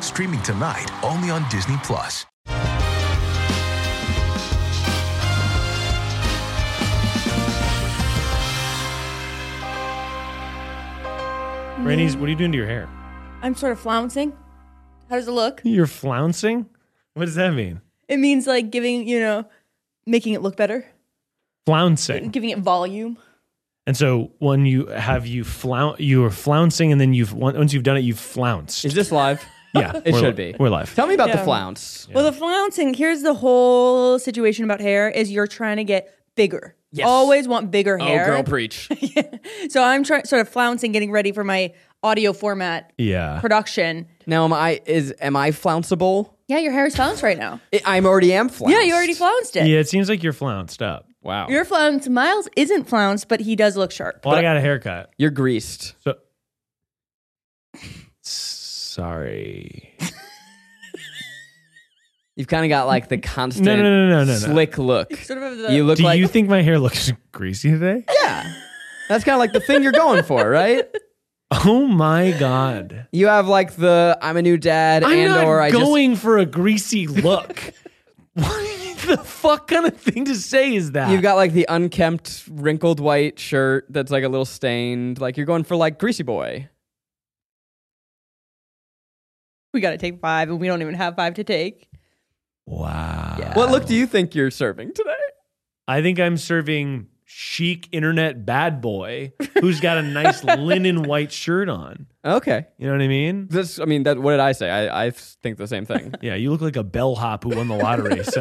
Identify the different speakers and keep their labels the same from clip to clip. Speaker 1: Streaming tonight, only on Disney Plus.
Speaker 2: Rainey's, what are you doing to your hair?
Speaker 3: I'm sort of flouncing. How does it look?
Speaker 2: You're flouncing? What does that mean?
Speaker 3: It means like giving, you know, making it look better,
Speaker 2: Flouncing.
Speaker 3: giving it volume.
Speaker 2: And so when you have you flounce, you are flouncing, and then you've on- once you've done it, you've flounced.
Speaker 4: Is this live?
Speaker 2: yeah,
Speaker 4: It
Speaker 2: we're
Speaker 4: should
Speaker 2: li-
Speaker 4: be.
Speaker 2: We're live.
Speaker 4: Tell me about the
Speaker 3: Yeah.
Speaker 4: flounce.
Speaker 3: Well, the flouncing, here's the whole situation about hair is you're trying to get bigger.
Speaker 4: Yes.
Speaker 3: Always want bigger hair.
Speaker 4: Oh, girl, preach.
Speaker 3: so I'm trying sort of flouncing getting ready for my audio format
Speaker 2: yeah.
Speaker 3: production.
Speaker 4: now, am I is am I flounceable?
Speaker 3: Yeah, your hair is flounced right now.
Speaker 4: I- I'm already am flounced.
Speaker 3: Yeah, you already flounced it.
Speaker 2: Yeah, it seems like you're flounced up.
Speaker 4: Wow,
Speaker 3: Your flounced Miles isn't flounced, but he does look sharp.
Speaker 2: Well, I got a haircut.
Speaker 4: you're greased.
Speaker 2: So sorry.
Speaker 4: You've kind of got like the constant
Speaker 2: no, no, no, no, no.
Speaker 4: slick look.
Speaker 3: Sort of the-
Speaker 4: you look
Speaker 2: Do
Speaker 4: like
Speaker 2: you think my hair looks greasy today?
Speaker 4: yeah. That's kind of like the thing you're going for, right?
Speaker 2: Oh my god.
Speaker 4: You have like the I'm a new dad
Speaker 2: I'm
Speaker 4: and
Speaker 2: not
Speaker 4: or I just
Speaker 2: going for a greasy look. what the fuck kind of thing to say is that?
Speaker 4: You've got like the unkempt, wrinkled white shirt that's like a little stained. Like you're going for like greasy boy.
Speaker 3: We got to take five, and we don't even have five to take.
Speaker 2: wow.
Speaker 4: What look do you think you're serving today?
Speaker 2: I think I'm serving chic internet bad boy who's got a nice linen white shirt on.
Speaker 4: Okay.
Speaker 2: You know what I mean?
Speaker 4: This, I mean, that. What did I say? I, I think the same thing.
Speaker 2: Yeah, you look like a bellhop who won the lottery. So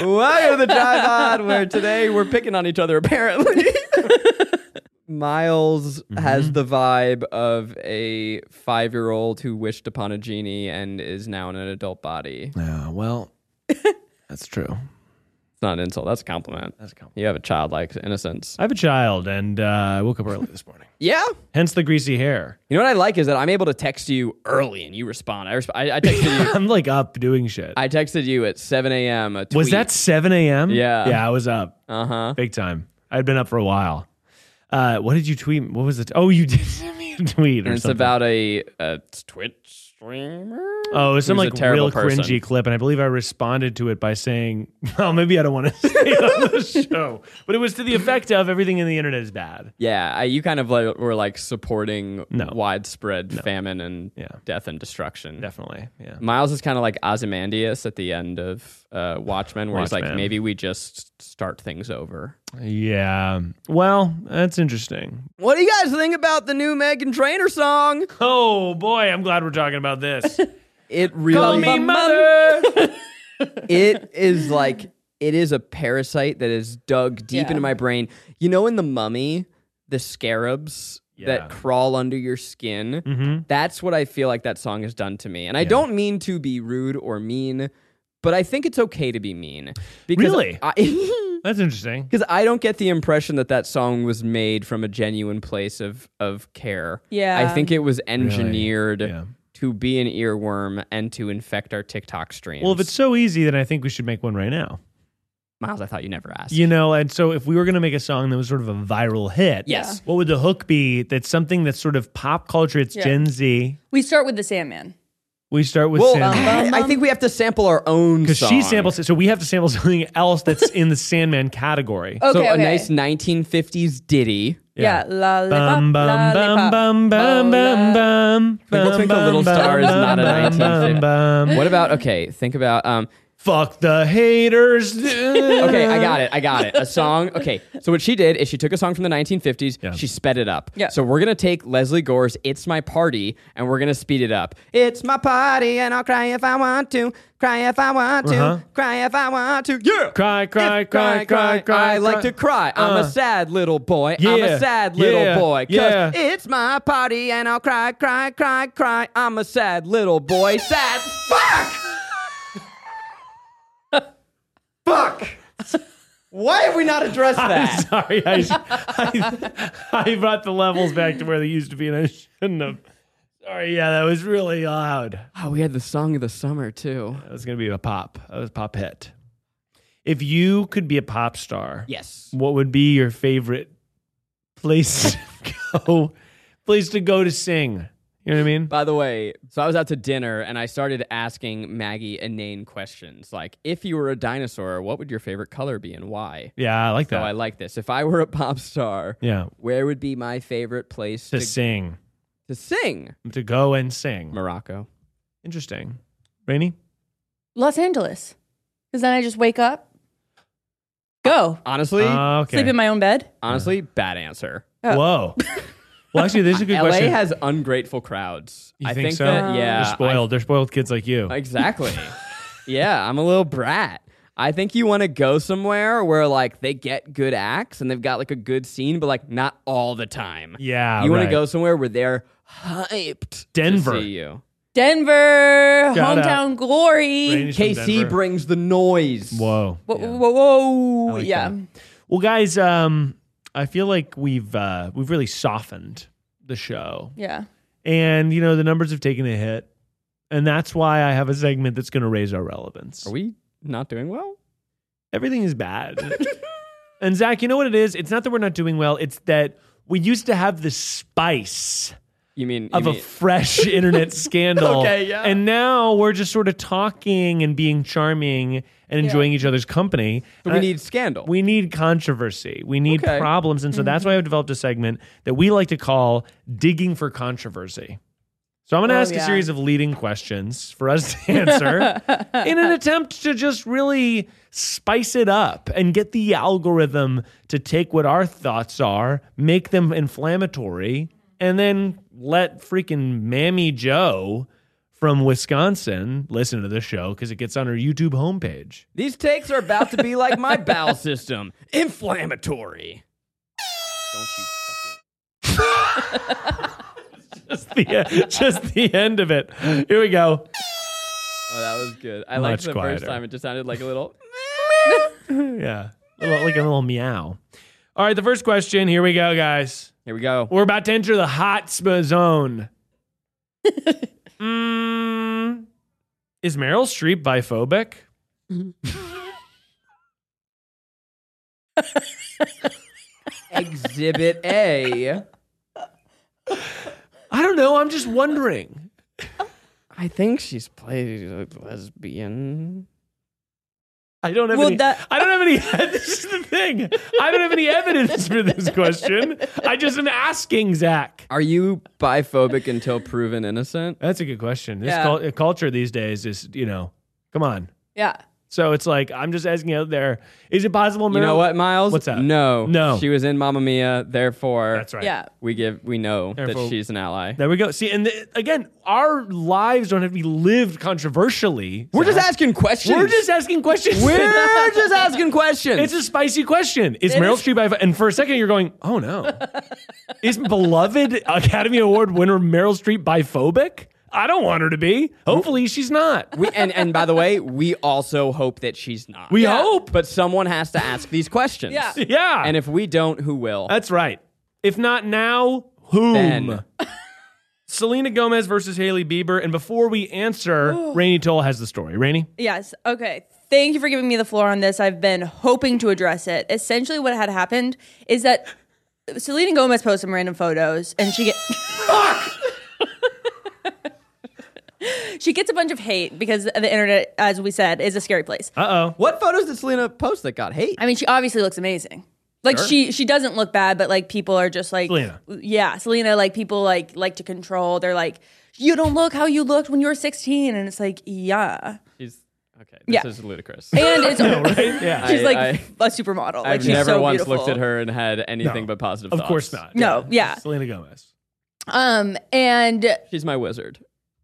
Speaker 4: Welcome to the Drive Pod, where today we're picking on each other. Apparently, Miles
Speaker 2: Mm-hmm.
Speaker 4: has the vibe of a five-year-old who wished upon a genie and is now in an adult body.
Speaker 2: Yeah, well, that's true.
Speaker 4: It's not an insult. That's a compliment. That's a compliment. You have a childlike innocence.
Speaker 2: I have a child, and uh, I woke up early this morning.
Speaker 4: Yeah.
Speaker 2: Hence the greasy hair.
Speaker 4: You know what I like is that I'm able to text you early and you respond. I resp- I, I texted you.
Speaker 2: I'm like up doing shit.
Speaker 4: I texted you at 7 a.m. A tweet.
Speaker 2: was that 7 a.m.?
Speaker 4: Yeah.
Speaker 2: Yeah, I was up
Speaker 4: Uh huh.
Speaker 2: big time. I'd been up for a while. Uh, what did you tweet? What was it? Oh, you did send me a tweet or
Speaker 4: It's
Speaker 2: something.
Speaker 4: about a, a Twitch streamer.
Speaker 2: Oh, it was some
Speaker 4: Who's
Speaker 2: like
Speaker 4: a terrible
Speaker 2: real
Speaker 4: person.
Speaker 2: cringy clip, and I believe I responded to it by saying, "Well, maybe I don't want to say it on the show," but it was to the effect of everything in the internet is bad.
Speaker 4: Yeah, I, you kind of like, were like supporting
Speaker 2: No.
Speaker 4: widespread famine and
Speaker 2: Yeah.
Speaker 4: death and destruction.
Speaker 2: Definitely, yeah.
Speaker 4: Miles is kind of like Ozymandias at the end of uh, Watchmen, where he's like,
Speaker 2: Watchmen.
Speaker 4: maybe we just start things over.
Speaker 2: Yeah. Well, that's interesting.
Speaker 4: What do you guys think about the new Megan Trainor song?
Speaker 2: Oh boy, I'm glad we're talking about this.
Speaker 4: It really
Speaker 2: Call me mother.
Speaker 4: it is like it is a parasite that is dug deep
Speaker 3: Yeah.
Speaker 4: into my brain. You know, in the mummy, the scarabs
Speaker 2: Yeah.
Speaker 4: that crawl under your skin.
Speaker 2: Mhm.
Speaker 4: That's what I feel like that song has done to me. And I don't mean to be rude or mean, but I think it's okay to be mean. Because
Speaker 2: Really?
Speaker 4: I,
Speaker 2: That's interesting.
Speaker 4: because I don't get the impression that that song was made from a genuine place of of care.
Speaker 3: Yeah.
Speaker 4: I think it was engineered
Speaker 2: Yeah.
Speaker 4: to be an earworm and to infect our TikTok streams.
Speaker 2: Well, if it's so easy, then I think we should make one right now.
Speaker 4: Miles, I thought you never asked.
Speaker 2: You know, and so if we were going to make a song that was sort of a viral hit,
Speaker 4: Yes.
Speaker 2: what would the hook be? That's something that's sort of pop culture. It's
Speaker 3: Yeah.
Speaker 2: Gen Z.
Speaker 3: We start with the Sandman.
Speaker 2: We start with
Speaker 4: well, um,
Speaker 2: Sam.
Speaker 4: I, I think we have to sample our own
Speaker 2: Because
Speaker 4: song.
Speaker 2: she samples it, so we have to sample something else that's in the Sandman category.
Speaker 3: Okay,
Speaker 4: so
Speaker 3: okay.
Speaker 4: a nice 1950s ditty.
Speaker 3: Yeah, lollipop,
Speaker 2: Bum, bum,
Speaker 3: lollipop.
Speaker 2: bum, bum, bum,
Speaker 3: Oh,
Speaker 2: bum, bum,
Speaker 4: Twinkle,
Speaker 2: bum,
Speaker 4: twinkle, little
Speaker 2: bum,
Speaker 4: star is
Speaker 2: bum,
Speaker 4: not a
Speaker 2: bum,
Speaker 4: 1950.
Speaker 2: bum, bum.
Speaker 4: What about okay? Think about um,
Speaker 2: Fuck the haters.
Speaker 4: Okay, I got it. I got it. A song. Okay, so what she did is she took a song from the 1950s.
Speaker 2: Yeah.
Speaker 4: She sped it up.
Speaker 3: Yeah.
Speaker 4: So we're gonna take Leslie Gore's "It's My Party" and we're gonna speed it up. It's my party and I'll cry if I want to. Cry if I want to.
Speaker 2: Uh-huh.
Speaker 4: Cry if I want to. Yeah.
Speaker 2: Cry, cry,
Speaker 4: If
Speaker 2: cry, cry, cry,
Speaker 4: I like
Speaker 2: cry.
Speaker 4: to cry. I'm a
Speaker 2: Uh.
Speaker 4: sad little boy. I'm
Speaker 2: Yeah.
Speaker 4: a sad little
Speaker 2: Yeah.
Speaker 4: boy. 'Cause
Speaker 2: Yeah.
Speaker 4: it's my party and I'll cry, cry, cry, cry. I'm a sad little boy. Sad. Fuck. Fuck. Why have we not addressed that?
Speaker 2: Sorry, I, I, I brought the levels back to where they used to be, and I shouldn't have. Sorry, yeah, that was really loud.
Speaker 4: Oh, we had the song of the summer too.
Speaker 2: That was gonna be a pop. That was pop hit. If you could be a pop star,
Speaker 4: Yes.
Speaker 2: what would be your favorite place to go? Place to go to sing. You know what I mean?
Speaker 4: By the way, so I was out to dinner and I started asking Maggie inane questions like, if you were a dinosaur, what would your favorite color be and why?
Speaker 2: Yeah, I like
Speaker 4: So
Speaker 2: that.
Speaker 4: I like this. If I were a pop star,
Speaker 2: yeah,
Speaker 4: where would be my favorite place
Speaker 2: to
Speaker 4: to,
Speaker 2: sing,
Speaker 4: to sing?
Speaker 2: to go and sing.
Speaker 4: Morocco.
Speaker 2: Interesting. Rainy.
Speaker 3: Los Angeles. Because then I just wake up, go,
Speaker 4: Honestly,
Speaker 2: Ah, okay.
Speaker 3: sleep in my own bed.
Speaker 4: honestly, bad answer.
Speaker 2: Whoa. well, actually, this is a good
Speaker 4: LA
Speaker 2: question.
Speaker 4: has ungrateful crowds.
Speaker 2: You
Speaker 4: I
Speaker 2: think
Speaker 4: think,
Speaker 2: so?
Speaker 4: that, yeah.
Speaker 2: They're
Speaker 4: I-
Speaker 2: spoiled. They're spoiled kids like you.
Speaker 4: Exactly. yeah, I'm a little brat. I think you want to go somewhere where like they get good acts and they've got like a good scene, but like not all the time.
Speaker 2: yeah.
Speaker 4: you
Speaker 2: want
Speaker 4: to go somewhere where they're hyped.
Speaker 2: Denver.
Speaker 4: To see you.
Speaker 3: Denver,
Speaker 2: Shout out.
Speaker 3: hometown glory.
Speaker 2: Rainey's from
Speaker 4: KC
Speaker 2: Denver.
Speaker 4: brings the noise.
Speaker 2: Whoa.
Speaker 3: Whoa, whoa, whoa.
Speaker 2: I like
Speaker 3: yeah.
Speaker 2: that. Well, guys, um, I feel like we've uh, we've really softened the show,
Speaker 3: Yeah.
Speaker 2: and you know the numbers have taken a hit, and that's why I have a segment that's going to raise our relevance.
Speaker 4: Are we not doing well?
Speaker 2: Everything is bad. and Zach, you know what it is? It's not that we're not doing well. It's that we used to have the spice
Speaker 4: You mean you
Speaker 2: of a
Speaker 4: mean-
Speaker 2: fresh internet scandal.
Speaker 4: Okay, yeah.
Speaker 2: And now we're just sort of talking and being charming and enjoying each other's company.
Speaker 4: but
Speaker 2: And
Speaker 4: we
Speaker 2: I-
Speaker 4: need scandal.
Speaker 2: we need controversy. We need
Speaker 4: Okay.
Speaker 2: problems. And so that's
Speaker 3: Mm-hmm.
Speaker 2: why I've developed a segment that we like to call digging for controversy. So I'm going to
Speaker 3: Oh,
Speaker 2: ask a
Speaker 3: yeah.
Speaker 2: series of leading questions for us to answer in an attempt to just really spice it up and get the algorithm to take what our thoughts are, make them inflammatory, and then let freaking Mammy Joe from Wisconsin listen to the show because it gets on her YouTube homepage.
Speaker 4: These takes are about to be like my bowel system, inflammatory. Don't you
Speaker 2: just the uh, just the end of it. Here we go.
Speaker 4: Oh, that was good. I
Speaker 2: Much
Speaker 4: liked the
Speaker 2: quieter.
Speaker 4: first time. It just sounded like a little.
Speaker 2: Yeah, A little- like a little meow. All right, the first question. Here we go, guys.
Speaker 4: Here we go.
Speaker 2: We're about to enter the hot spa zone. mm, is Meryl Streep biphobic?
Speaker 4: Exhibit A.
Speaker 2: I don't know. I'm just wondering.
Speaker 4: I think she's played a lesbian.
Speaker 2: I don't have
Speaker 3: Well,
Speaker 2: any.
Speaker 3: that-
Speaker 2: I don't have any. this is the thing. I don't have any evidence for this question. I just am asking Zach.
Speaker 4: Are you biphobic until proven innocent?
Speaker 2: That's a good question. This
Speaker 3: Yeah.
Speaker 2: cul- culture these days is, you know, come on.
Speaker 3: Yeah.
Speaker 2: So it's like I'm just asking out there: Is it possible?
Speaker 4: You know
Speaker 2: Meryl-
Speaker 4: what, Miles?
Speaker 2: What's that?
Speaker 4: No,
Speaker 2: No.
Speaker 4: She was in Mamma Mia. Therefore,
Speaker 2: That's right.
Speaker 3: Yeah.
Speaker 4: We give. We know
Speaker 2: Therefore-
Speaker 4: that she's an ally.
Speaker 2: There we go. See, and the, again, our lives don't have to be lived controversially.
Speaker 4: We're just asking questions.
Speaker 2: We're just asking questions.
Speaker 4: We're just asking questions.
Speaker 2: it's a spicy question. Is Meryl Streep? I've- And for a second, you're going, "Oh no, is beloved Academy Award winner Meryl Streep biphobic?" I don't want her to be. Hopefully, she's not.
Speaker 4: we, and and by the way, we also hope that she's not.
Speaker 2: We
Speaker 3: Yeah.
Speaker 2: hope.
Speaker 4: but someone has to ask these questions.
Speaker 3: Yeah.
Speaker 2: Yeah.
Speaker 4: And if we don't, who will?
Speaker 2: That's right. If not now, whom?
Speaker 4: Then.
Speaker 2: Selena Gomez versus Haley Bieber. And before we answer, Rainey Toll has the story. Rainey?
Speaker 3: Yes. Okay. Thank you for giving me the floor on this. I've been hoping to address it. Essentially, what had happened is that Selena Gomez posted some random photos, and she get she gets a bunch of hate because the internet, as we said, is a scary place.
Speaker 2: Uh oh.
Speaker 4: What photos did Selena post that got hate?
Speaker 3: I mean, she obviously looks amazing. Like she she doesn't look bad, but like people are just like
Speaker 2: Selena.
Speaker 3: Yeah, Selena. Like people like like to control. They're like, you don't look how you looked when you were sixteen, and it's like, yeah.
Speaker 4: She's Okay, this
Speaker 3: Yeah.
Speaker 4: is ludicrous.
Speaker 3: And it's
Speaker 2: Yeah.
Speaker 3: she's
Speaker 4: I-
Speaker 3: like
Speaker 4: I-
Speaker 3: a supermodel. like
Speaker 4: I've
Speaker 3: she's
Speaker 4: never
Speaker 3: so
Speaker 4: once
Speaker 3: beautiful.
Speaker 4: looked at her and had anything but positive
Speaker 2: Of
Speaker 4: thoughts.
Speaker 2: course not.
Speaker 3: No, yeah.
Speaker 2: Selena Gomez
Speaker 3: Um, and
Speaker 4: She's my wizard.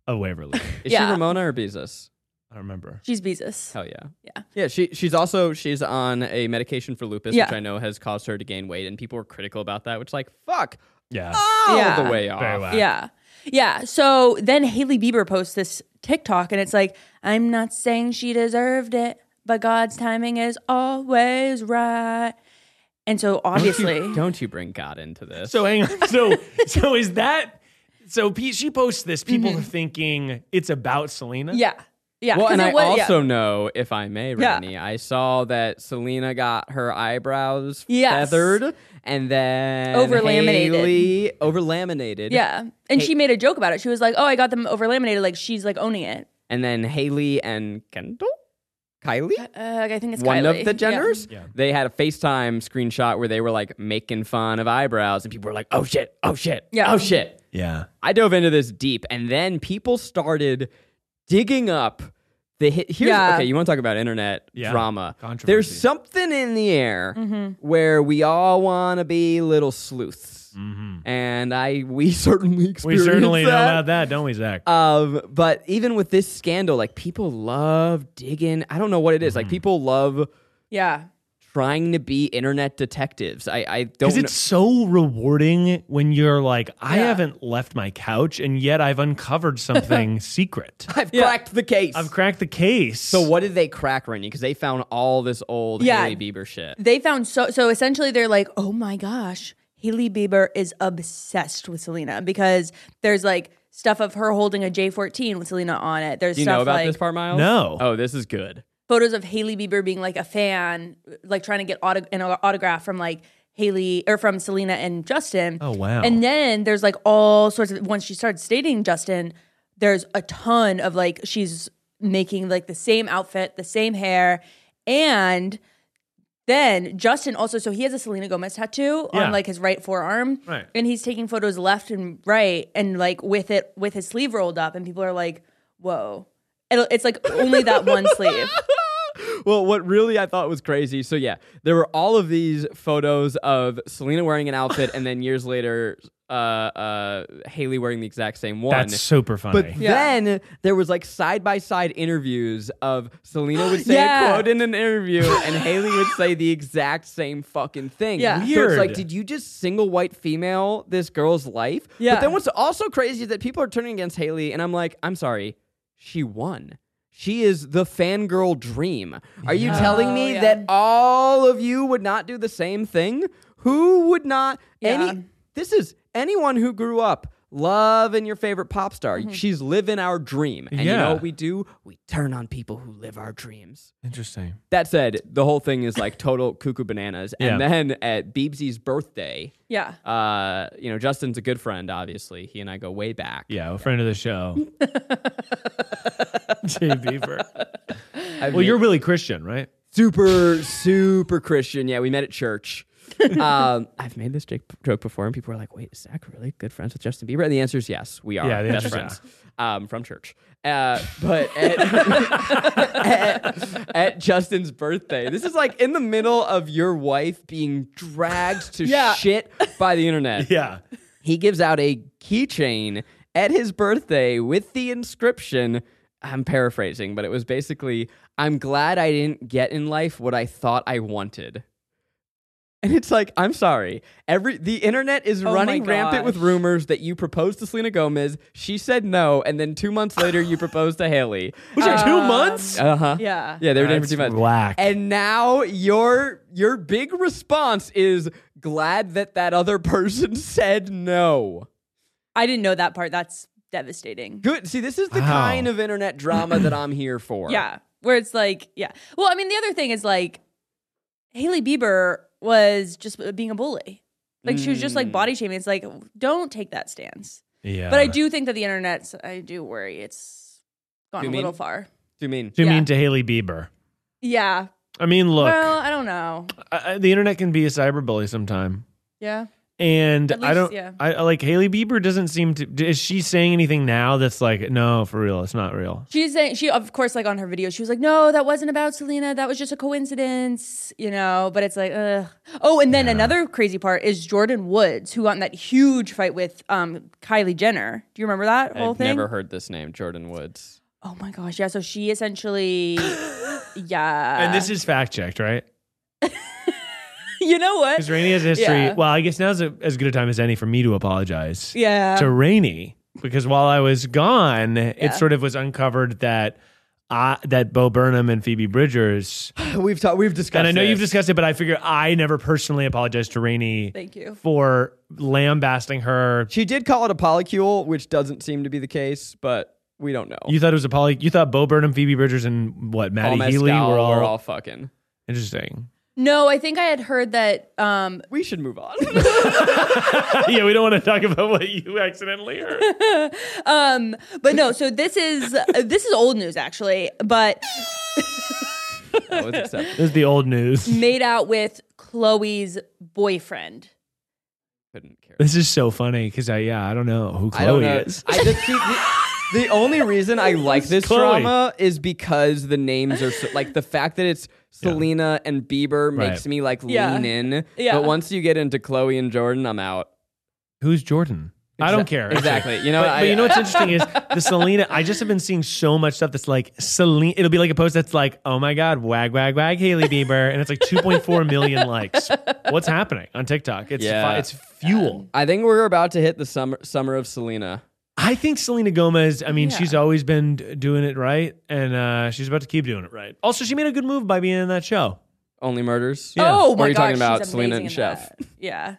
Speaker 2: of Oh, Waverly.
Speaker 4: Is
Speaker 3: Yeah.
Speaker 4: she Ramona or Beezus?
Speaker 2: I remember.
Speaker 3: she's Beezus.
Speaker 4: Hell yeah.
Speaker 3: Yeah.
Speaker 4: Yeah, she she's also she's on a medication for lupus,
Speaker 3: Yeah.
Speaker 4: which I know has caused her to gain weight, and people were critical about that, which like fuck
Speaker 2: Yeah.
Speaker 4: all
Speaker 3: yeah.
Speaker 4: Oh, the way off.
Speaker 2: Very well.
Speaker 3: Oh. Yeah. Yeah. So then Haley Bieber posts this TikTok and it's like, I'm not saying she deserved it, but God's timing is always right. And so obviously,
Speaker 4: Don't you bring God into this.
Speaker 2: So hang on. So so is that? So P, she posts this. People are thinking it's about Selena.
Speaker 3: yeah. Yeah.
Speaker 4: well,
Speaker 3: 'Cause
Speaker 4: and
Speaker 3: it
Speaker 4: I
Speaker 3: was- yeah.
Speaker 4: also know, if I may,
Speaker 3: Yeah.
Speaker 4: Rennie, I saw that Selena got her eyebrows
Speaker 3: Yes.
Speaker 4: feathered and then
Speaker 3: Over-laminated.
Speaker 4: over laminated.
Speaker 3: Yeah. And she made a joke about it. She was like, Oh, I got them over laminated. Like she's like owning it.
Speaker 4: And then Haley and Kendall? Kylie?
Speaker 3: Uh, I think it's
Speaker 4: one
Speaker 3: Kylie.
Speaker 4: of the
Speaker 3: Yeah.
Speaker 4: genders. They had a FaceTime screenshot where they were like making fun of eyebrows, and people were like, "Oh shit! Oh shit!
Speaker 3: Yeah.
Speaker 4: Oh shit!"
Speaker 2: Yeah.
Speaker 4: I dove into this deep, and then people started digging up the hit. Here's,
Speaker 3: Yeah.
Speaker 4: Okay, you want to talk about internet
Speaker 2: Yeah.
Speaker 4: drama?
Speaker 2: Controversy.
Speaker 4: There's something in the air
Speaker 3: Mm-hmm.
Speaker 4: where we all want to be little sleuths, and I we certainly
Speaker 2: Mm-hmm. We
Speaker 4: experienced
Speaker 2: certainly know
Speaker 4: that.
Speaker 2: about that, don't we, Zach?
Speaker 4: Um, but even with this scandal, like people love digging. I don't know what it
Speaker 2: Mm-hmm.
Speaker 4: is. Like people love
Speaker 3: Yeah.
Speaker 4: trying to be internet detectives. I, I don't
Speaker 2: Because
Speaker 4: know.
Speaker 2: it's so rewarding when you're like, I
Speaker 3: Yeah.
Speaker 2: haven't left my couch, and yet I've uncovered something secret.
Speaker 4: I've cracked the case.
Speaker 2: I've cracked the case.
Speaker 4: so what did they crack, Rennie? Because they found all this old
Speaker 3: Yeah.
Speaker 4: Haley Bieber shit.
Speaker 3: They found so so essentially they're like, oh my gosh, Haley Bieber is obsessed with Selena because there's like stuff of her holding a J fourteen with Selena on it. There's
Speaker 4: Do you
Speaker 3: stuff
Speaker 4: know about
Speaker 3: like
Speaker 4: this part, Miles?
Speaker 2: No.
Speaker 4: Oh, this is good.
Speaker 3: photos of Haley Bieber being like a fan, like trying to get auto- an autograph from like Haley or from Selena and Justin.
Speaker 2: Oh, wow.
Speaker 3: And then there's like all sorts of once she starts dating Justin, there's a ton of like she's making like the same outfit, the same hair, and then Justin also so he has a Selena Gomez tattoo
Speaker 2: Yeah.
Speaker 3: on like his right forearm,
Speaker 2: Right.
Speaker 3: and he's taking photos left and right, and like with it with his sleeve rolled up, and people are like, "Whoa!" It'll, it's like only that one sleeve.
Speaker 4: well, what really I thought was crazy. So yeah, there were all of these photos of Selena wearing an outfit, and then years later, uh, uh, Haley wearing the exact same one.
Speaker 2: That's super funny.
Speaker 4: But then there was like side by side interviews of Selena would say
Speaker 3: Yeah.
Speaker 4: a quote in an interview and Haley would say the exact same fucking thing.
Speaker 3: Yeah.
Speaker 4: So it's
Speaker 2: Weird.
Speaker 4: like, did you just single white female this girl's life?
Speaker 3: Yeah.
Speaker 4: But then what's also crazy is that people are turning against Haley and I'm like, I'm sorry, she won. She is the fangirl dream. Are you telling me
Speaker 3: yeah.
Speaker 4: that all of you would not do the same thing? Who would not?
Speaker 3: Yeah.
Speaker 4: Any this is anyone who grew up loving your favorite pop star. She's living our dream. And you
Speaker 2: Yeah.
Speaker 4: know what we do? We turn on people who live our dreams.
Speaker 2: Interesting.
Speaker 4: That said, the whole thing is like total cuckoo bananas. And
Speaker 2: Yeah.
Speaker 4: then at Beebsy's birthday,
Speaker 3: Yeah.
Speaker 4: uh, you know, Justin's a good friend, obviously. He and I go way back.
Speaker 2: Yeah, a friend of the show. Jay Beaver.
Speaker 4: I
Speaker 2: Well,
Speaker 4: mean-
Speaker 2: you're really Christian, right?
Speaker 4: super super christian yeah we met at church um, i've made this joke joke before and people are like wait is zach really good friends with justin bieber and the answer is yes we are
Speaker 2: Yeah, the
Speaker 4: best
Speaker 2: answer
Speaker 4: friends
Speaker 2: is
Speaker 4: um, from church uh, but at, at, at justin's birthday this is like in the middle of your wife being dragged to
Speaker 3: Yeah.
Speaker 4: shit by the internet
Speaker 2: Yeah.
Speaker 4: he gives out a keychain at his birthday with the inscription I'm paraphrasing, but it was basically I'm glad I didn't get in life what I thought I wanted. And it's like, I'm sorry. Every the internet is
Speaker 3: Oh my
Speaker 4: running rampant with
Speaker 3: gosh.
Speaker 4: rumors that you proposed to Selena Gomez, she said no, and then 2 months later you proposed to Haley.
Speaker 2: Was it
Speaker 3: Um,
Speaker 2: two months?
Speaker 4: Uh-huh.
Speaker 3: Yeah.
Speaker 4: Yeah, they were dating for
Speaker 2: That's
Speaker 4: two months.
Speaker 2: whack.
Speaker 4: And now your your big response is glad that that other person said no.
Speaker 3: I didn't know that part. That's devastating.
Speaker 4: Good. See, this is the
Speaker 2: Wow.
Speaker 4: kind of internet drama that I'm here for.
Speaker 3: Yeah. Where it's like, yeah. Well, I mean, the other thing is like, Haley Bieber was just being a bully. Like, she was just like
Speaker 4: Mm.
Speaker 3: body shaming. It's like, don't take that stance.
Speaker 2: Yeah.
Speaker 3: But I do think that the internet's, I do worry it's gone
Speaker 4: You
Speaker 3: a
Speaker 4: mean-
Speaker 3: little far.
Speaker 4: Do you mean?
Speaker 2: Do you
Speaker 3: yeah.
Speaker 2: mean to Haley Bieber?
Speaker 3: Yeah.
Speaker 2: I mean, look,
Speaker 3: Well, I don't know.
Speaker 2: I, I- the internet can be a cyberbully sometime.
Speaker 3: Yeah.
Speaker 2: And
Speaker 3: At
Speaker 2: I
Speaker 3: least,
Speaker 2: don't,
Speaker 3: yeah.
Speaker 2: I I- like Haley Bieber doesn't seem to. Is she saying anything now that's like, no, for real, it's not real?
Speaker 3: She's saying she of course like on her video she was like no that wasn't about Selena that was just a coincidence you know but it's like ugh. oh and then another crazy part is Jordan Woods who got in that huge fight with um, Kylie Jenner do you remember that whole
Speaker 4: I've
Speaker 3: thing
Speaker 4: never heard this name, Jordan Woods.
Speaker 3: oh my gosh yeah so she essentially yeah
Speaker 2: and this is fact checked, right?
Speaker 3: you know what
Speaker 2: Because Rainey has a history.
Speaker 3: Yeah.
Speaker 2: Well, I guess now's a, as good a time as any for me to apologize
Speaker 3: yeah
Speaker 2: to Rainey because while I was gone, it sort of was uncovered that I, that Bo Burnham and Phoebe Bridgers,
Speaker 4: We've talked. We've discussed.
Speaker 2: and I know
Speaker 4: this.
Speaker 2: you've discussed it, but I figure I never personally apologized to Rainey.
Speaker 3: Thank you.
Speaker 2: for lambasting her.
Speaker 4: She did call it a polycule, which doesn't seem to be the case, but we don't know.
Speaker 2: You thought it was a poly. You thought Bo Burnham, Phoebe Bridgers, and what Maddie
Speaker 4: Paul
Speaker 2: Healy
Speaker 4: Mescal,
Speaker 2: were all,
Speaker 4: we're all fucking.
Speaker 2: interesting.
Speaker 3: no I think I had heard that um,
Speaker 4: We should move on.
Speaker 2: yeah, we don't want to talk about what you accidentally heard.
Speaker 3: Um, but no, so this is uh, this is old news actually, but
Speaker 4: That was acceptable.
Speaker 2: this is the old news.
Speaker 3: made out with Chloe's boyfriend.
Speaker 4: Couldn't care.
Speaker 2: This is so funny because I yeah I don't know who Chloe
Speaker 4: I don't know.
Speaker 2: is.
Speaker 4: I just see the, the only reason I like this
Speaker 2: Chloe.
Speaker 4: drama is because the names are so, like the fact that it's Selena and Bieber
Speaker 2: Right.
Speaker 4: makes me like
Speaker 3: Yeah.
Speaker 4: lean in.
Speaker 3: Yeah.
Speaker 4: But once you get into Chloe and Jordan, I'm out.
Speaker 2: Who's Jordan? I don't
Speaker 4: Exa-
Speaker 2: care actually.
Speaker 4: Exactly. You know.
Speaker 2: But,
Speaker 4: I,
Speaker 2: but you know what's interesting is the Selena. I just have been seeing so much stuff that's like Selena. It'll be like a post that's like, "Oh my God, wag wag wag, Haley Bieber," and it's like 2.4 million likes. What's happening on TikTok? It's
Speaker 4: Yeah. Um,
Speaker 2: fi- it's fuel.
Speaker 4: I think we're about to hit the summer summer of Selena.
Speaker 2: I think Selena Gomez, I mean,
Speaker 3: Yeah.
Speaker 2: she's always been d- doing it right, and uh, she's about to keep doing it right. Also, she made a good move by being in that show.
Speaker 4: Only murders.
Speaker 3: Oh
Speaker 4: Or
Speaker 3: my
Speaker 4: are you
Speaker 3: God,
Speaker 4: talking
Speaker 3: she's
Speaker 4: about Selena
Speaker 3: amazing
Speaker 4: and
Speaker 3: in
Speaker 4: Chef?
Speaker 3: that. Yeah.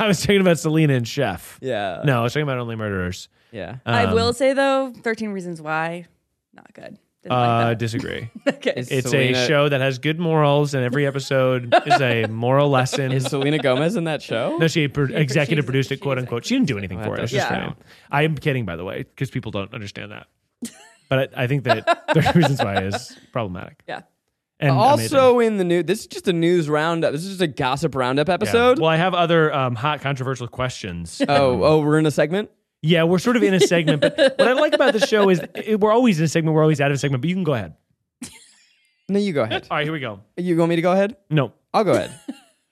Speaker 2: I was talking about Selena and Chef.
Speaker 4: Yeah.
Speaker 2: No, I was talking about Only Murderers.
Speaker 4: Yeah.
Speaker 3: I
Speaker 2: Um,
Speaker 3: will say though, 13 Reasons Why, not good. Didn't
Speaker 2: Uh,
Speaker 3: like
Speaker 2: disagree.
Speaker 3: that. Okay.
Speaker 4: Is
Speaker 2: It's
Speaker 4: Selena-
Speaker 2: a show that has good morals, and every episode is a moral lesson.
Speaker 4: Is Selena Gomez in that show?
Speaker 2: no, she pro- executive
Speaker 3: she's-
Speaker 2: produced it,
Speaker 3: she
Speaker 2: quote unquote. She didn't do anything
Speaker 4: Oh,
Speaker 2: for it.
Speaker 4: that
Speaker 2: It's just
Speaker 3: doesn't
Speaker 2: her name.
Speaker 4: count.
Speaker 2: I am kidding, by the way, because people don't understand that. But I, I think that there are reasons why is problematic.
Speaker 3: Yeah.
Speaker 2: And amazing.
Speaker 4: also in the news, this is just a news roundup. This is just a gossip roundup
Speaker 2: Yeah.
Speaker 4: episode.
Speaker 2: Well, I have other um, hot controversial questions.
Speaker 4: Oh, oh, we're in a segment.
Speaker 2: Yeah, we're sort of in a segment, but what I like about the show is it, we're always in a segment, we're always out of a segment, but you can go ahead.
Speaker 4: No, you go ahead.
Speaker 2: All right, here we go.
Speaker 4: You want me to go ahead?
Speaker 2: No.
Speaker 4: I'll go ahead.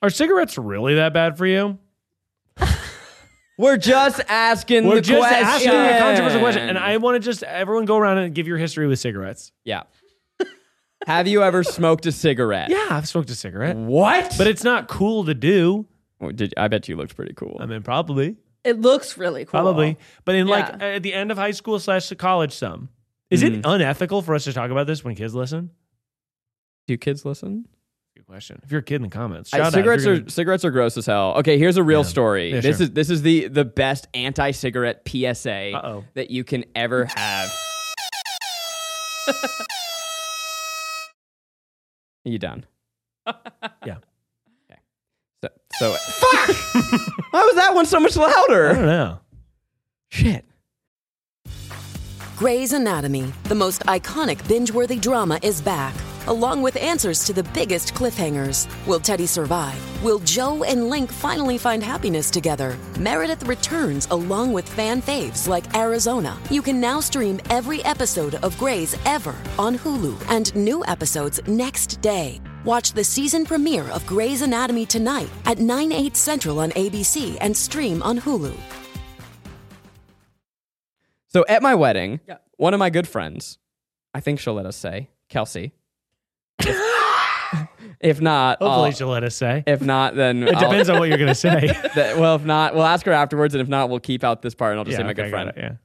Speaker 2: Are cigarettes really that bad for you?
Speaker 4: We're just asking
Speaker 2: We're
Speaker 4: the
Speaker 2: just
Speaker 4: question.
Speaker 2: asking a controversial question. And I want to just, everyone go around and give your history with cigarettes.
Speaker 4: yeah. Have you ever smoked a cigarette?
Speaker 2: Yeah, I've smoked a cigarette,
Speaker 4: What?
Speaker 2: but it's not cool to do.
Speaker 4: Oh, did- I bet you looked pretty cool.
Speaker 2: I mean, probably.
Speaker 3: It looks really cool.
Speaker 2: Probably. But in like
Speaker 3: Yeah.
Speaker 2: at the end of high school slash college, some. Is it unethical for us to talk about this when kids listen?
Speaker 4: Do kids listen?
Speaker 2: Good question. If you're a kid in the comments,
Speaker 4: I-
Speaker 2: shout out if
Speaker 4: cigarettes
Speaker 2: you're
Speaker 4: are
Speaker 2: gonna-
Speaker 4: cigarettes are gross as hell. Okay, here's a real story.
Speaker 2: Yeah,
Speaker 4: this
Speaker 2: sure.
Speaker 4: is this is the the best anti-cigarette PSA
Speaker 2: Uh-oh.
Speaker 4: that you can ever have. Are you done?
Speaker 2: Yeah.
Speaker 4: So, so fuck. Why was that one so much
Speaker 2: I don't
Speaker 4: louder?
Speaker 2: know.
Speaker 4: Shit.
Speaker 5: Grey's Anatomy, the most iconic binge worthy drama, is back, along with answers to the biggest cliffhangers. Will Teddy survive? Will Joe and Link finally find happiness together? Meredith returns along with fan faves like Arizona. You can now stream every episode of Grey's ever on Hulu and new episodes next day. Watch the season premiere of Grey's Anatomy tonight at 9, 8 central on ABC and stream on Hulu.
Speaker 4: So at my wedding,
Speaker 3: Yeah.
Speaker 4: one of my good friends, I think she'll let us say, Kelsey. if not,
Speaker 2: Hopefully
Speaker 4: I'll-
Speaker 2: she'll let us say.
Speaker 4: if not, then
Speaker 2: It depends on what you're going to say.
Speaker 4: that, well, if not, we'll ask her afterwards, and if not, we'll keep out this part, and I'll just say my
Speaker 2: okay,
Speaker 4: good
Speaker 2: I
Speaker 4: friend.
Speaker 2: got it, yeah.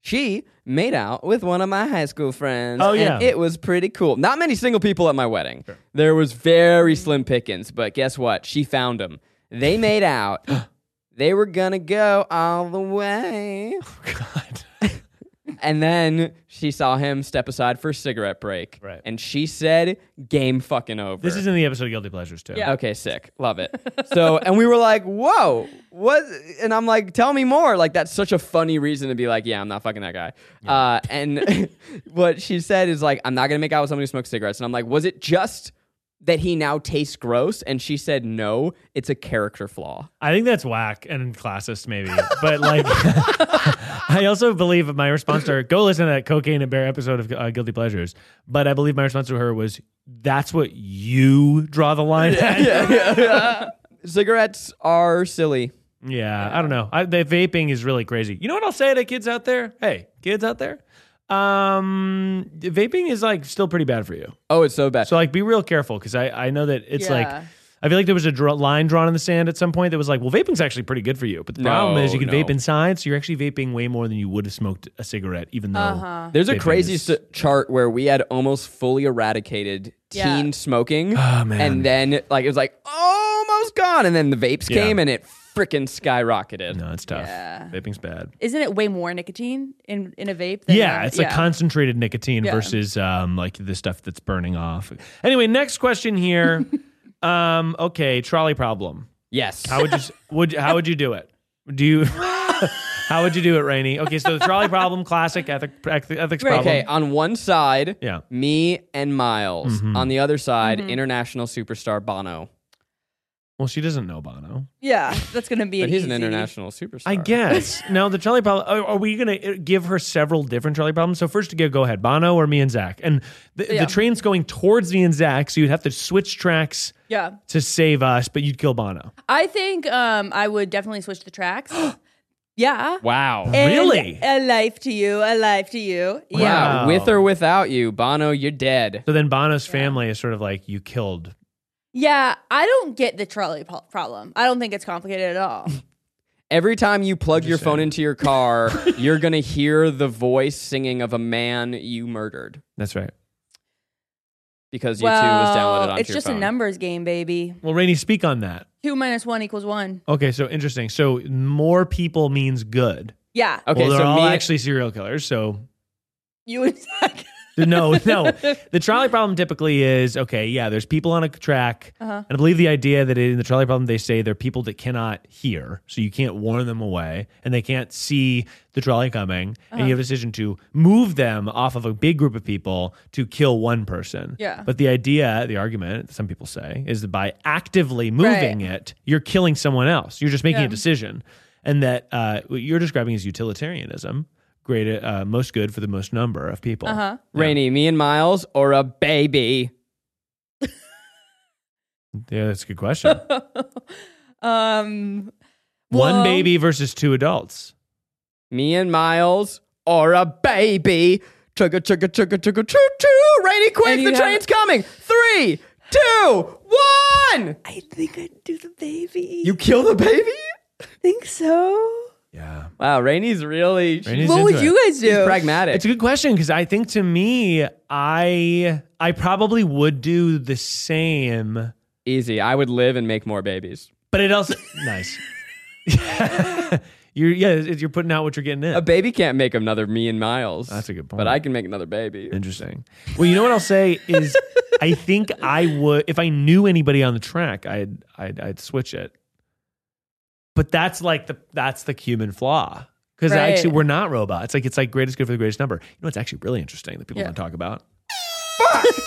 Speaker 4: She made out with one of my high school friends.
Speaker 2: Oh,
Speaker 4: and
Speaker 2: yeah.
Speaker 4: it was pretty cool. Not many single people at my wedding. There was very slim pickings, but guess what? She found them. They made out. they were gonna go all the way,
Speaker 2: Oh, God.
Speaker 4: and then she saw him step aside for a cigarette break.
Speaker 2: Right.
Speaker 4: And she said, "Game fucking over."
Speaker 2: This is in the episode of Guilty Pleasures too.
Speaker 3: Yeah.
Speaker 4: Okay, sick. Love it. So, and we were like, whoa, what? And I'm like, tell me more. Like, that's such a funny reason to be like, yeah, I'm not fucking that guy. Uh, and what she said is like, I'm not going to make out with someone who smokes cigarettes. And I'm like, was it just that he now tastes gross, and she said no, it's a character flaw.
Speaker 2: I think that's whack and classist, maybe. But like, I also believe my response to her, go listen to that Cocaine and Bear episode of uh, Guilty Pleasures. But I believe my response to her was, that's what you draw the line at. Yeah,
Speaker 4: Cigarettes are silly.
Speaker 2: I don't know. I, the vaping is really crazy. You know what I'll say to kids out there? Hey, kids out there, um, vaping is like still pretty bad for you.
Speaker 4: Oh, it's so bad.
Speaker 2: So like, be real careful because I I know that it's
Speaker 3: Yeah.
Speaker 2: like. I feel like there was a draw, line drawn in the sand at some point that was like, well, vaping's actually pretty good for you. But the problem
Speaker 4: No,
Speaker 2: is you can
Speaker 4: no.
Speaker 2: vape inside, so you're actually vaping way more than you would have smoked a cigarette, even though.
Speaker 4: There's a
Speaker 2: vaping
Speaker 4: crazy
Speaker 2: is-
Speaker 4: s- chart where we had almost fully eradicated
Speaker 3: Yeah.
Speaker 4: teen smoking,
Speaker 2: Ah, man.
Speaker 4: and then like it was like almost gone, and then the vapes
Speaker 2: Yeah.
Speaker 4: came and it freaking skyrocketed.
Speaker 2: No, it's tough. Vaping's bad.
Speaker 3: Isn't it way more nicotine in, in a vape? Than uh,
Speaker 2: Yeah,
Speaker 3: a-
Speaker 2: it's like concentrated nicotine
Speaker 3: Yeah.
Speaker 2: versus um, like the stuff that's burning off. Anyway, next question here. um, okay, trolley problem.
Speaker 4: Yes,
Speaker 2: How would you s- would how would you do it? Do you how would you do it, Rainey? Okay, so the trolley problem, classic ethic, eth- ethics
Speaker 3: Right.
Speaker 2: problem.
Speaker 4: Okay, on one side,
Speaker 2: Yeah. Mm-hmm.
Speaker 4: me and Miles. On the other side,
Speaker 3: Mm-hmm.
Speaker 4: international superstar Bono.
Speaker 2: Well, she doesn't know Bono.
Speaker 3: yeah, that's gonna be.
Speaker 4: But
Speaker 3: an
Speaker 4: he's an
Speaker 3: easy-
Speaker 4: international superstar.
Speaker 2: I guess. now the trolley problem. Are, are we going to give her several different trolley problems? So first, to go, go ahead, Bono or me and Zach. And the,
Speaker 3: Yeah.
Speaker 2: the train's going towards me and Zach, so you'd have to switch tracks
Speaker 3: Yeah,
Speaker 2: to save us, but you'd kill Bono.
Speaker 3: I think um, I would definitely switch the tracks. yeah.
Speaker 4: Wow.
Speaker 3: And
Speaker 2: Really?
Speaker 3: A life to you. A life to you. Yeah.
Speaker 2: Wow.
Speaker 4: Wow. With or without you, Bono, you're dead.
Speaker 2: So then Bono's family is sort of like you killed.
Speaker 3: Yeah. I don't get the trolley po- problem. I don't think it's complicated at all.
Speaker 4: Every time you plug your phone into your car, you're going to hear the voice singing of a man you murdered
Speaker 2: That's right.
Speaker 4: because you two was downloaded
Speaker 3: well,
Speaker 4: onto
Speaker 3: it's
Speaker 4: your
Speaker 3: just
Speaker 4: phone.
Speaker 3: a numbers game, baby.
Speaker 2: Well, Rainey, speak on that.
Speaker 3: Two minus one equals one.
Speaker 2: Okay, so interesting. So more people means good.
Speaker 3: Yeah.
Speaker 4: Okay,
Speaker 2: well, they're
Speaker 4: so
Speaker 2: all
Speaker 4: me
Speaker 2: actually serial killers. So
Speaker 3: You and Zach.
Speaker 2: no, no. The trolley problem typically is okay. Yeah, there's people on a track, and I believe the idea that in the trolley problem they say there are people that cannot hear, so you can't warn them away, and they can't see the trolley coming, and you have a decision to move them off of a big group of people to kill one person.
Speaker 3: Yeah.
Speaker 2: But the idea, the argument, some people say, is that by actively moving it, you're killing someone else. You're just making a decision, and that uh, what you're describing is utilitarianism. Great, uh, most good for the most number of people. Uh-huh.
Speaker 4: Rainy, me and Miles, or a baby?
Speaker 2: Yeah, that's a good question.
Speaker 3: Um,
Speaker 2: One
Speaker 3: Well-
Speaker 2: baby versus two adults.
Speaker 4: Me and Miles, or a baby? Chugga, chugga, chugga, chugga, choo, choo. Rainy, quick,
Speaker 3: And
Speaker 4: the
Speaker 3: you have-
Speaker 4: train's coming. Three, two, one.
Speaker 3: I think I'd do the baby.
Speaker 4: You kill the baby?
Speaker 3: think so?
Speaker 2: Yeah.
Speaker 4: Wow, Rainy's really
Speaker 2: Rainy's
Speaker 3: what
Speaker 2: into
Speaker 3: would
Speaker 2: it.
Speaker 3: you guys do?
Speaker 4: pragmatic.
Speaker 2: It's a good question because I think to me, I I probably would do the same,
Speaker 4: Easy. I would live and make more babies.
Speaker 2: but it also nice. you're yeah, it- you're putting out what you're getting in.
Speaker 4: A baby can't make another me and Miles.
Speaker 2: That's a good point.
Speaker 4: But I can make another baby.
Speaker 2: Interesting. Well, you know what I'll say is, I think I would if I knew anybody on the track, I'd I'd, I'd switch it. But that's like the that's the human flaw because
Speaker 3: Right.
Speaker 2: actually we're not robots. Like it's like greatest good for the greatest number. You know what's actually really interesting that people don't talk about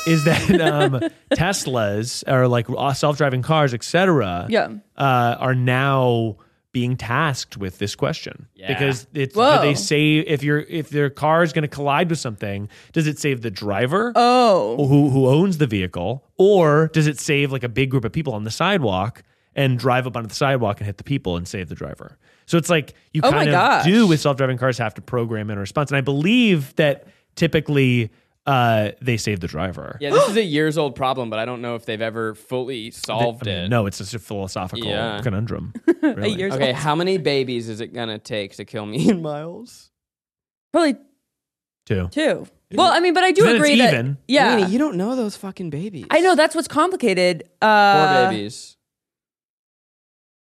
Speaker 2: is that um, Teslas or like self driving cars, etc.
Speaker 3: Yeah.
Speaker 2: uh, are now being tasked with this question
Speaker 4: Yeah.
Speaker 2: because it's
Speaker 3: Whoa.
Speaker 2: do they save if your if their car is going to collide with something does it save the driver
Speaker 3: Oh.
Speaker 2: who who owns the vehicle or does it save like a big group of people on the sidewalk and drive up onto the sidewalk and hit the people and save the driver so it's like you
Speaker 3: Oh my
Speaker 2: kind of
Speaker 3: gosh.
Speaker 2: do with self-driving cars have to program in a response and i believe that typically uh, they save the driver
Speaker 4: Yeah, this is a years old problem, but I don't know if they've ever fully solved
Speaker 2: I mean,
Speaker 4: it.
Speaker 2: no it's just a philosophical
Speaker 4: Yeah.
Speaker 2: conundrum really.
Speaker 3: year's
Speaker 4: Okay, how many babies is it gonna take to kill me and Miles?
Speaker 3: Probably
Speaker 2: too
Speaker 3: two. Well, I mean, but I do
Speaker 2: Then it's
Speaker 3: agree that
Speaker 2: even.
Speaker 3: yeah,
Speaker 4: Rainey, you don't know those fucking babies.
Speaker 3: I know that's what's complicated.
Speaker 4: Poor
Speaker 3: Uh,
Speaker 4: babies.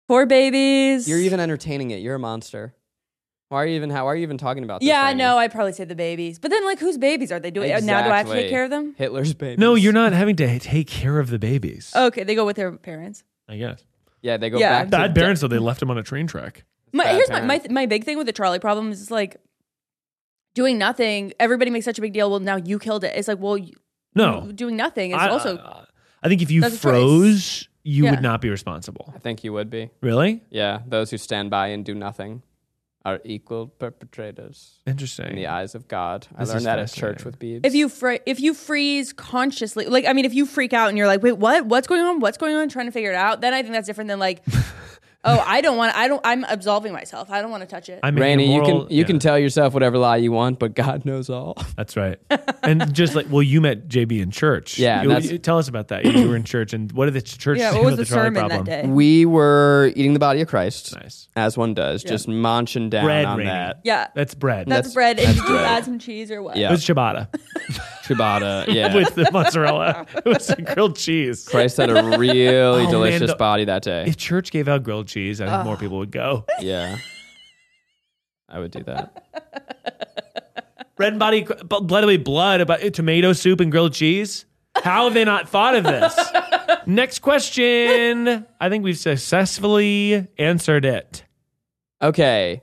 Speaker 3: Four babies.
Speaker 4: You're even entertaining it. You're a monster. Why are you even? How are you even talking about? This,
Speaker 3: Yeah, I
Speaker 4: Rainey?
Speaker 3: know. I'd probably say the babies, but then like, whose babies are they doing? uh, Now do I have to
Speaker 4: Exactly.
Speaker 3: take care of them?
Speaker 4: Hitler's babies.
Speaker 2: no you're not having to take care of the babies
Speaker 3: Okay, they go with their parents.
Speaker 2: i guess
Speaker 4: Yeah, they go
Speaker 3: Yeah.
Speaker 4: back.
Speaker 2: Bad
Speaker 4: to
Speaker 2: parents, though, they left him on a train track.
Speaker 3: My,
Speaker 4: Bad
Speaker 3: here's my, my
Speaker 4: parents.
Speaker 3: my big thing with the trolley problem is it's like doing nothing. Everybody makes such a big deal. Well, now you killed it. It's like well, you,
Speaker 2: No.
Speaker 3: doing nothing is also
Speaker 2: I, uh, I think if you
Speaker 3: That's a choice.
Speaker 2: froze, you
Speaker 3: Yeah.
Speaker 2: would not be responsible.
Speaker 4: I think you would be.
Speaker 2: Really?
Speaker 4: Yeah, those who stand by and do nothing are equal perpetrators in
Speaker 2: Interesting.
Speaker 4: the eyes of God.
Speaker 2: This
Speaker 4: I
Speaker 2: is
Speaker 4: learned that at
Speaker 2: fascinating.
Speaker 4: church with Beebs.
Speaker 3: If you fr- if you freeze consciously, like I mean, if you freak out and you're like, "Wait, what? What's going on? What's going on?" Trying to figure it out, then I think that's different than like, "Oh, I don't want. I don't. I'm absolving myself. I don't want to touch it."
Speaker 2: I'm an
Speaker 4: Rainey, you
Speaker 2: immoral-
Speaker 4: can you can
Speaker 2: yeah,
Speaker 4: tell yourself whatever lie you want, but God knows all.
Speaker 2: That's right. and just like, well, you met JB in church.
Speaker 4: Yeah,
Speaker 2: You-
Speaker 4: that's-
Speaker 2: you- tell us about that. You were in church, and what did the church
Speaker 3: yeah.
Speaker 2: do
Speaker 3: What was
Speaker 2: with
Speaker 3: the
Speaker 2: the trolley
Speaker 3: sermon
Speaker 2: problem?
Speaker 3: that day?
Speaker 4: we were eating the body of Christ,
Speaker 2: Nice.
Speaker 4: as one does, just munching down
Speaker 2: Bread,
Speaker 4: on
Speaker 2: Rainey.
Speaker 4: that
Speaker 3: yeah, that's,
Speaker 2: That's bread.
Speaker 4: that's-
Speaker 3: bread. And
Speaker 4: that's
Speaker 3: did you
Speaker 4: bread.
Speaker 3: add some cheese or what?
Speaker 4: Yeah.
Speaker 2: it was ciabatta
Speaker 4: ciabatta. Yeah,
Speaker 2: with the mozzarella. It was the grilled cheese.
Speaker 4: Christ had a really
Speaker 2: Oh, man,
Speaker 4: delicious
Speaker 2: the-
Speaker 4: body that day.
Speaker 2: If church gave out grilled cheese, I think more people would go.
Speaker 4: Yeah, I would do that.
Speaker 2: Bread and body, but by the way, blood about eh, tomato soup and grilled cheese. How have they not thought of this? Next question. I think we've successfully answered it.
Speaker 4: Okay,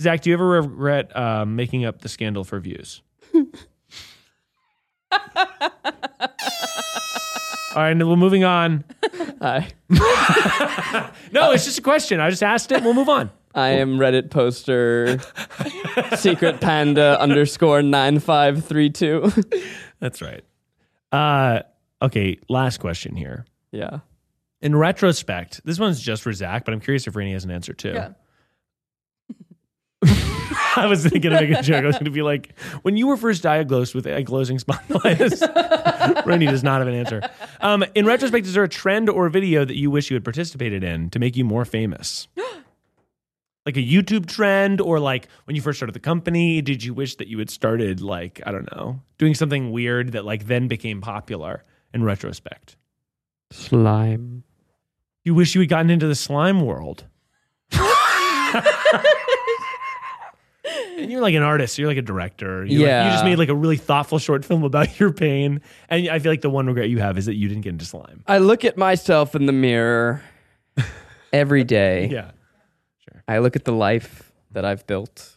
Speaker 2: Zach, do you ever regret uh, making up the scandal for views? All right, and we're moving on.
Speaker 4: I
Speaker 2: No, it's just a question. I just asked it. We'll move on.
Speaker 4: I am Reddit poster secret panda underscore nine five three two.
Speaker 2: That's right. Uh, okay, last question here.
Speaker 4: Yeah.
Speaker 2: In retrospect, this one's just for Zach, but I'm curious if Rainey has an answer too.
Speaker 3: Yeah.
Speaker 2: I was thinking of making a joke. I was going to be like, when you were first diagnosed with ankylosing spondylitis, Rainey does not have an answer. Um, in retrospect, is there a trend or video that you wish you had participated in to make you more famous? like a YouTube trend, or like when you first started the company, did you wish that you had started like I don't know, doing something weird that like then became popular? In retrospect,
Speaker 4: Slime.
Speaker 2: you wish you had gotten into the slime world. and you're like an artist, you're like a director. You're like-
Speaker 4: Yeah.
Speaker 2: you just made like a really thoughtful short film about your pain. And I feel like the one regret you have is that you didn't get into slime.
Speaker 4: I look at myself in the mirror every day.
Speaker 2: Yeah.
Speaker 4: I look at the life that I've built,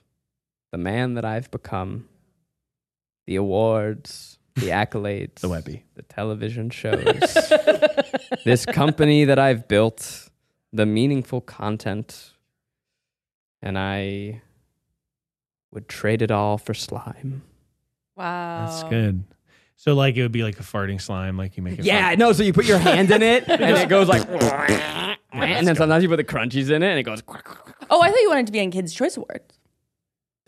Speaker 4: the man that I've become, the awards, the accolades,
Speaker 2: The Webby.
Speaker 4: the television shows, this company that I've built, the meaningful content, and I would trade it all for slime.
Speaker 3: Wow.
Speaker 2: That's
Speaker 4: Oh.
Speaker 2: good. So like it would be like a farting slime, like you make it.
Speaker 4: Yeah, no. So you put your hand in it, and it goes like, and then sometimes you put the crunchies in it, and it goes.
Speaker 3: Oh, I thought you wanted to be on Kids Choice Awards.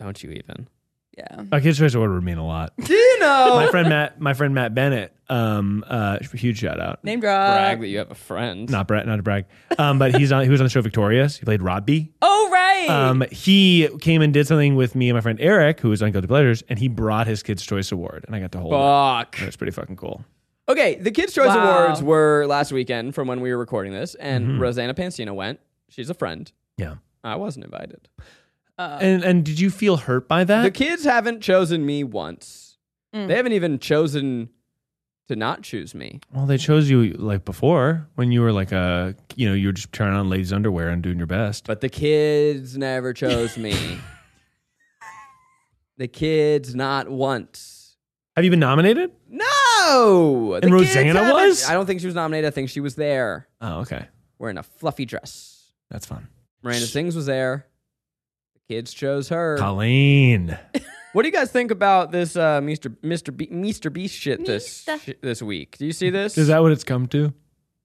Speaker 4: Don't you even?
Speaker 3: Yeah.
Speaker 2: A kids' choice award would mean a lot.
Speaker 4: Do you know?
Speaker 2: my friend Matt, my friend Matt Bennett, um, uh, huge shout out.
Speaker 3: Name drop.
Speaker 4: brag that you have a friend.
Speaker 2: Not Brett, not to brag, um, but he's on. He was on the show Victorious. He played Robbie.
Speaker 3: Oh right.
Speaker 2: Um, he came and did something with me and my friend Eric, who was on Guilty Pleasures, and he brought his Kids' Choice Award, and I got to hold it.
Speaker 4: Fuck.
Speaker 2: It was pretty fucking cool.
Speaker 4: Okay, the Kids' Choice
Speaker 3: Wow.
Speaker 4: Awards were last weekend from when we were recording this, and
Speaker 2: Mm-hmm.
Speaker 4: Rosanna Pansino went. She's a friend.
Speaker 2: Yeah.
Speaker 4: I wasn't invited.
Speaker 2: And and did you feel hurt by that?
Speaker 4: Uh, The kids haven't chosen me once. They haven't even chosen to not choose me.
Speaker 2: well, they chose you like before when you were like a you know you were just trying on ladies' underwear and doing your best.
Speaker 4: But the kids never chose me. the kids not once.
Speaker 2: Have you been nominated?
Speaker 4: No. The
Speaker 2: And
Speaker 4: kids
Speaker 2: Rosanna
Speaker 4: haven't-
Speaker 2: was?
Speaker 4: I don't think she was nominated. I think she was there
Speaker 2: Oh, okay,
Speaker 4: wearing a fluffy dress.
Speaker 2: that's fun.
Speaker 4: Miranda Sings was there. The kids chose her.
Speaker 2: Colleen,
Speaker 4: What do you guys think about this uh, Mr. Mr. Be- Mr. Beast shit this sh- this week? Do you see this?
Speaker 2: is that what it's come to?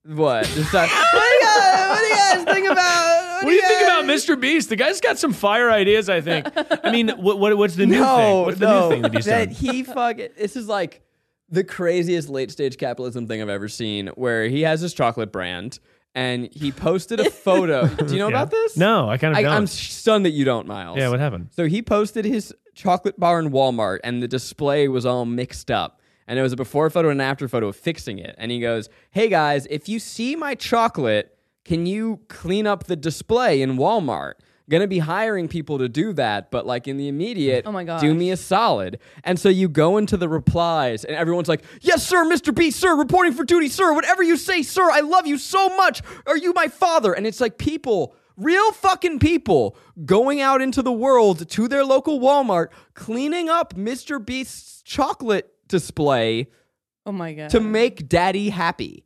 Speaker 4: what? Is that- what, do you guys, what do you guys think about?
Speaker 2: What do you think about Mr. Beast? The guy's got some fire ideas. I think. I mean, what, what what's the new
Speaker 4: No,
Speaker 2: thing? What's the
Speaker 4: no,
Speaker 2: new thing that he's done?
Speaker 4: he fuck. This is like the craziest late stage capitalism thing I've ever seen. Where he has his chocolate brand and he posted a photo. do you know
Speaker 2: Yeah.
Speaker 4: about this?
Speaker 2: No, I kind of
Speaker 4: I,
Speaker 2: don't.
Speaker 4: I'm stunned that you don't, Miles.
Speaker 2: yeah, what happened?
Speaker 4: So he posted his chocolate bar in Walmart, and the display was all mixed up. And it was a before photo and an after photo of fixing it. And he goes, Hey guys, if you see my chocolate, can you clean up the display in Walmart? Gonna be hiring people to do that, but like in the immediate,
Speaker 3: Oh my gosh.
Speaker 4: do me a solid. And so you go into the replies, and everyone's like, Yes, sir, Mr. B, sir, reporting for duty, sir, whatever you say, sir, I love you so much. Are you my father? And it's like people, real fucking people, going out into the world to their local Walmart, cleaning up Mr. Beast's chocolate display
Speaker 3: oh my god.
Speaker 2: Uh.
Speaker 4: to make daddy happy.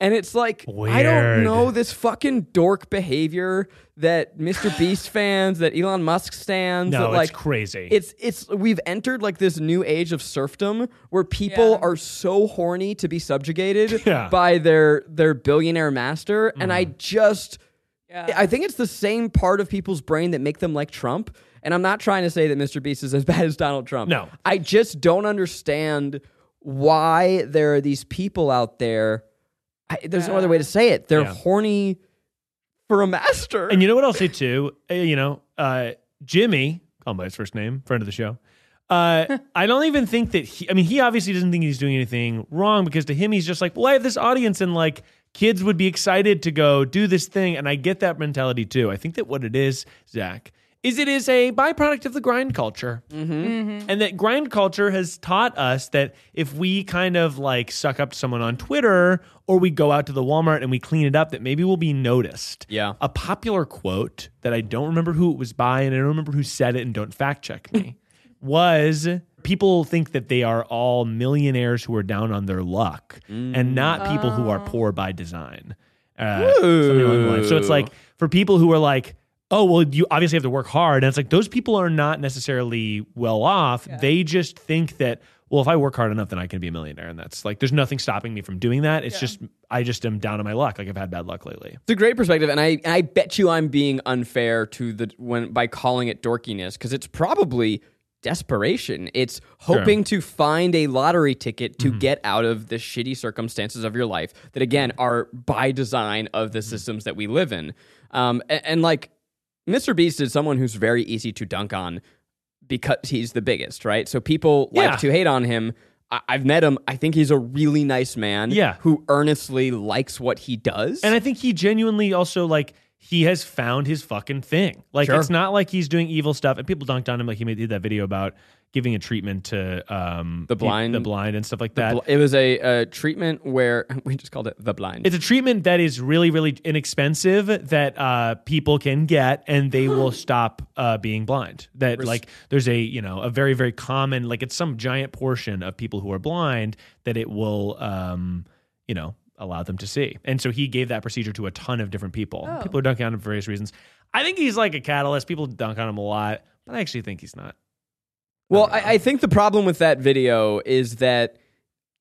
Speaker 4: And it's like I don't
Speaker 2: Weird.
Speaker 4: know this fucking dork behavior that Mr. Beast fans, that Elon Musk stands,
Speaker 2: No,
Speaker 4: that like
Speaker 2: it's crazy.
Speaker 4: It's it's we've entered like this new age of serfdom where people
Speaker 3: Yeah.
Speaker 4: are so horny to be subjugated
Speaker 2: Yeah. Mm-hmm.
Speaker 4: by their their billionaire master, and I just I think it's the same part of people's brain that make them like Trump. And I'm not trying to say that Mr. Beast is as bad as Donald Trump.
Speaker 2: No.
Speaker 4: I just don't understand why there are these people out there. I, there's no other way to say it. They're
Speaker 2: Yeah.
Speaker 4: horny for a master.
Speaker 2: And you know what I'll say too? Uh, You know, uh, Jimmy, call him by his first name, friend of the show. Uh, I don't even think that he, I mean, he obviously doesn't think he's doing anything wrong because to him, he's just like, well, I have this audience and like kids would be excited to go do this thing. And I get that mentality too. I think that what it is, Zach, is it is a byproduct of the grind culture. And that grind culture has taught us that if we kind of like suck up to someone on Twitter or we go out to the Walmart and we clean it up, that maybe we'll be noticed.
Speaker 4: Yeah.
Speaker 2: A popular quote that I don't remember who it was by and I don't remember who said it and don't fact check me was people think that they are all millionaires who are down on their luck and not people who are poor by design. Uh, something along the lines. So it's like for people who are like, oh, well, you obviously have to work hard. And it's like those people are not necessarily well off. They just think that, well, if I work hard enough, then I can be a millionaire. And that's like, there's nothing stopping me from doing that. It's just, I just am down on my luck. Like I've had bad luck lately.
Speaker 4: It's a great perspective, and I I bet you I'm being unfair to the when by calling it dorkiness because it's probably desperation. It's hoping to find a lottery ticket
Speaker 2: Mm-hmm.
Speaker 4: to get out of the shitty circumstances of your life that again are by design of the
Speaker 2: Mm-hmm.
Speaker 4: systems that we live in. Um, a- and like Mr. Beast is someone who's very easy to dunk on because he's the biggest, right? So people
Speaker 2: Yeah.
Speaker 4: like to hate on him. I- I've met him. I think he's a really nice man
Speaker 2: Yeah.
Speaker 4: who earnestly likes what he does.
Speaker 2: And I think he genuinely also like he has found his fucking thing. Like
Speaker 4: Sure.
Speaker 2: it's not like he's doing evil stuff. And people dunked on him like he made did that video about giving a treatment to um
Speaker 4: The blind-
Speaker 2: the blind and stuff like that.
Speaker 4: Bl- It was a, uh treatment where we just called it the blind.
Speaker 2: it's a treatment that is really, really inexpensive that uh, people can get, and they will stop uh, being blind. That like there's a you know a very, very common like it's some giant portion of people who are blind that it will um, you know allow them to see. And so he gave that procedure to a ton of different people. People are dunking on him for various reasons. I think he's like a catalyst. People dunk on him a lot, but I actually think he's not.
Speaker 4: well, I, I think the problem with that video is that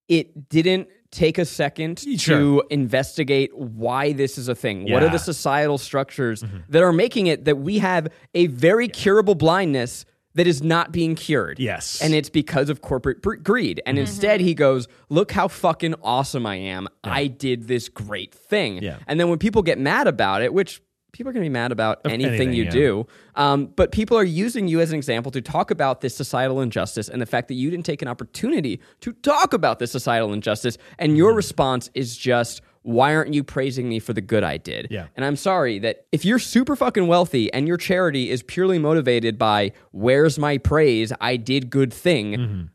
Speaker 4: it didn't take a second
Speaker 2: Sure.
Speaker 4: to investigate why this is a thing. What
Speaker 2: Yeah.
Speaker 4: are
Speaker 2: Mm-hmm.
Speaker 4: the societal structures that are making it that we have a very curable blindness that is not being cured?
Speaker 2: Yes. Mm-hmm.
Speaker 4: And it's because of corporate br- greed. And instead, he goes, Look how fucking awesome I am. I did this great thing.
Speaker 2: Yeah.
Speaker 4: And then when people get mad about it, which people are going to be mad about anything,
Speaker 2: anything,
Speaker 4: you
Speaker 2: yeah.
Speaker 4: do, um, but people are using you as an example to talk about this societal injustice and the fact that you didn't take an opportunity to talk about this societal injustice. And your response is just, why aren't you praising me for the good I did?
Speaker 2: Yeah.
Speaker 4: And I'm sorry that if you're super fucking wealthy and your charity is purely motivated by, where's my praise? I did good thing.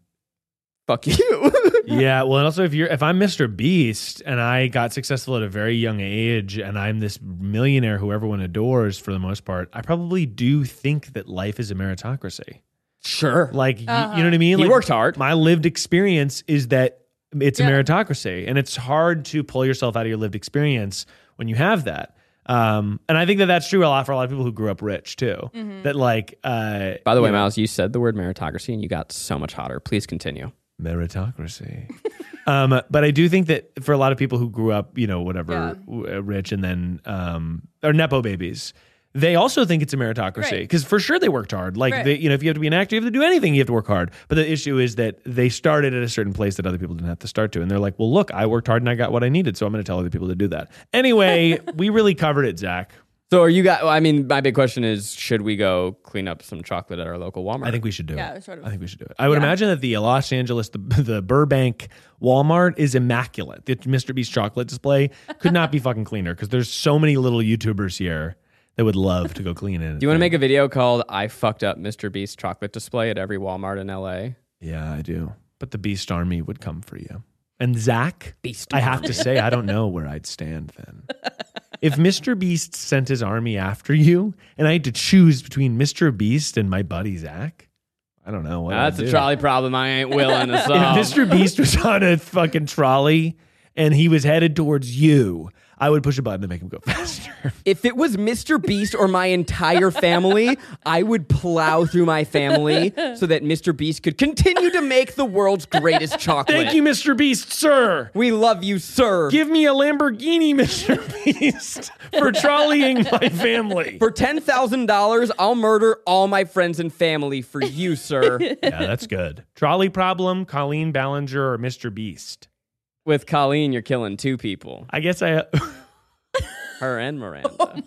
Speaker 4: Fuck you.
Speaker 2: yeah well and also if you're if i'm mr beast and i got successful at a very young age and i'm this millionaire who everyone adores for the most part i probably do think that life is a meritocracy
Speaker 4: sure.
Speaker 2: like y- you know what i mean
Speaker 4: Uh-huh. He
Speaker 2: like,
Speaker 4: worked hard.
Speaker 2: my lived experience is that it's a
Speaker 3: Yeah.
Speaker 2: meritocracy and it's hard to pull yourself out of your lived experience when you have that um, and i think that that's true a lot for a lot of people who grew up rich too
Speaker 4: Mm-hmm.
Speaker 2: that like uh,
Speaker 4: By the way, Miles, you said the word meritocracy and you got so much hotter. Please continue.
Speaker 2: meritocracy. um, but I do think that for a lot of people who grew up, you know, whatever, w- uh, rich and then um, or nepo babies, they also think it's a meritocracy
Speaker 3: Right.
Speaker 2: because for sure they worked hard. Like,
Speaker 3: Right.
Speaker 2: they, you know, if you have to be an actor, you have to do anything. You have to work hard. But the issue is that they started at a certain place that other people didn't have to start to, and they're like, "Well, look, I worked hard and I got what I needed, so I'm going to tell other people to do that." Anyway, we really covered it, Zach.
Speaker 4: So are you got? I mean, my big question is: Should we go clean up some chocolate at our local Walmart?
Speaker 2: I think we should do it.
Speaker 3: Yeah, sort of.
Speaker 2: I think we should do it. I would imagine that the Los Angeles, the, the Burbank Walmart is immaculate. The Mr. Beast chocolate display could not be fucking cleaner because there's so many little YouTubers here that would love to go clean it.
Speaker 4: Do you want to make a video called "I fucked up Mr. Beast chocolate display at every Walmart in LA"?
Speaker 2: Yeah, I do. But the Beast Army would come for you. And Zach, Beast I have to say, I don't know where I'd stand then. if Mr. Beast sent his army after you, and I had to choose between Mr. Beast and my buddy Zach, I don't know. What
Speaker 4: Now, that's
Speaker 2: I'd
Speaker 4: a
Speaker 2: do. Um,
Speaker 4: trolley problem I ain't willing to solve.
Speaker 2: If Mr. Beast was on a fucking trolley and he was headed towards you, I would push a button to make him go faster.
Speaker 4: If it was Mr. Beast or my entire family, I would plow through my family so that Mr. Beast could continue to make the world's greatest chocolate.
Speaker 2: Thank you, Mr. Beast, sir.
Speaker 4: We love you, sir.
Speaker 2: Give me a Lamborghini, Mr. Beast, for trolleying my family.
Speaker 4: for $10,000, I'll murder all my friends and family for you, sir.
Speaker 2: Yeah, that's good. Trolley problem, Colleen Ballinger, or Mr. Beast.
Speaker 4: With Colleen, you're killing two people
Speaker 2: I guess I.
Speaker 4: her and Miranda.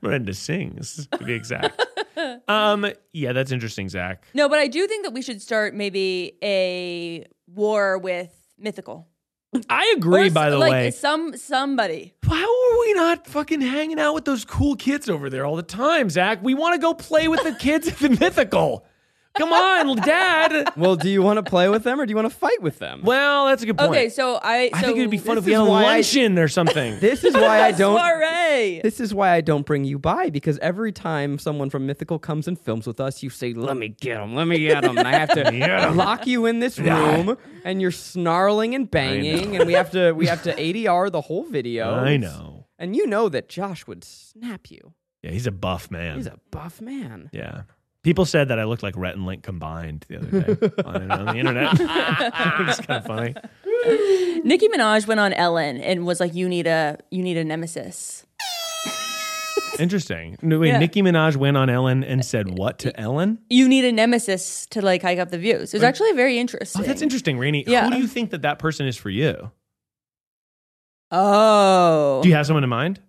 Speaker 2: Miranda sings, to be exact. um, yeah, that's interesting, Zach.
Speaker 3: No, but I do think that we should start maybe a war with mythical.
Speaker 2: I agree,
Speaker 3: Or
Speaker 2: by
Speaker 3: s-
Speaker 2: the
Speaker 3: like
Speaker 2: way.
Speaker 3: some somebody.
Speaker 2: How are we not fucking hanging out with those cool kids over there all the time, Zach? We want to go play with the kids at the mythical. Come on, Dad.
Speaker 4: well, do you want to play with them or do you want to fight with them?
Speaker 2: Well, that's a good point.
Speaker 3: Okay, so I.
Speaker 2: I
Speaker 3: so
Speaker 2: think it'd be fun
Speaker 4: this
Speaker 2: if we had
Speaker 4: is
Speaker 2: a
Speaker 4: why I-
Speaker 2: luncheon or something.
Speaker 4: This is why I don't.
Speaker 3: Soiree.
Speaker 4: This is why I don't bring you by because every time someone from Mythical comes and films with us, you say, "Let me get him, let me get him," and I have to lock you in this room, and you're snarling and banging, and we have to we have to ADR the whole video.
Speaker 2: I know.
Speaker 4: and you know that Josh would snap you.
Speaker 2: Yeah, he's a buff man.
Speaker 4: He's a buff man.
Speaker 2: yeah. People said that I looked like Rhett and Link combined the other day on, on the internet. it's kind of funny.
Speaker 3: Nicki Minaj went on Ellen and was like, "You need a you need a nemesis."
Speaker 2: Interesting. No, wait, Nicki Minaj went on Ellen and said what to Ellen?
Speaker 3: You need a nemesis to like hike up the views. It was actually very
Speaker 2: Oh,
Speaker 3: interesting.
Speaker 2: that's interesting, Rainey.
Speaker 3: Yeah.
Speaker 2: Who do you think that that person is for you?
Speaker 3: Oh,
Speaker 2: Do you have someone in mind?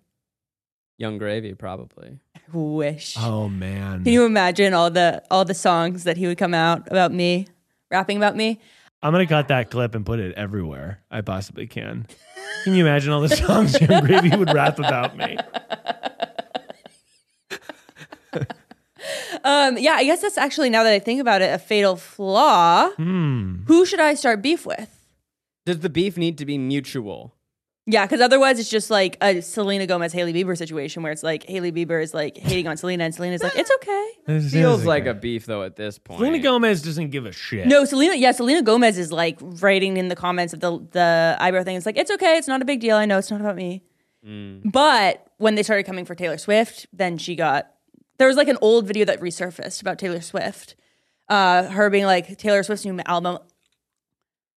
Speaker 4: Young Gravy, probably.
Speaker 3: I wish.
Speaker 2: Oh, man.
Speaker 3: Can you imagine all the all the songs that he would come out about me, rapping about me?
Speaker 2: I'm gonna cut that clip and put it everywhere I possibly can. Can you imagine all the songs Jim Gravy would rap about me?
Speaker 3: Um, yeah, I guess that's actually now that I think about it, a fatal flaw.
Speaker 2: Hmm.
Speaker 3: Who should I start beef with?
Speaker 4: Does the beef need to be mutual?
Speaker 3: Yeah, because otherwise it's just like a Selena Gomez Haley Bieber situation where it's like Haley Bieber is like hating on Selena and Selena's like it's okay.
Speaker 2: This
Speaker 4: Feels
Speaker 2: is
Speaker 4: like
Speaker 2: okay.
Speaker 4: a beef though at this point.
Speaker 2: Selena Gomez doesn't give a shit.
Speaker 3: No, Selena. Yeah, Selena Gomez is like writing in the comments of the the eyebrow thing. It's like it's okay. It's not a big deal. I know it's not about me.
Speaker 4: Mm.
Speaker 3: But when they started coming for Taylor Swift, then she got there was like an old video that resurfaced about Taylor Swift, uh, her being like Taylor Swift's new album,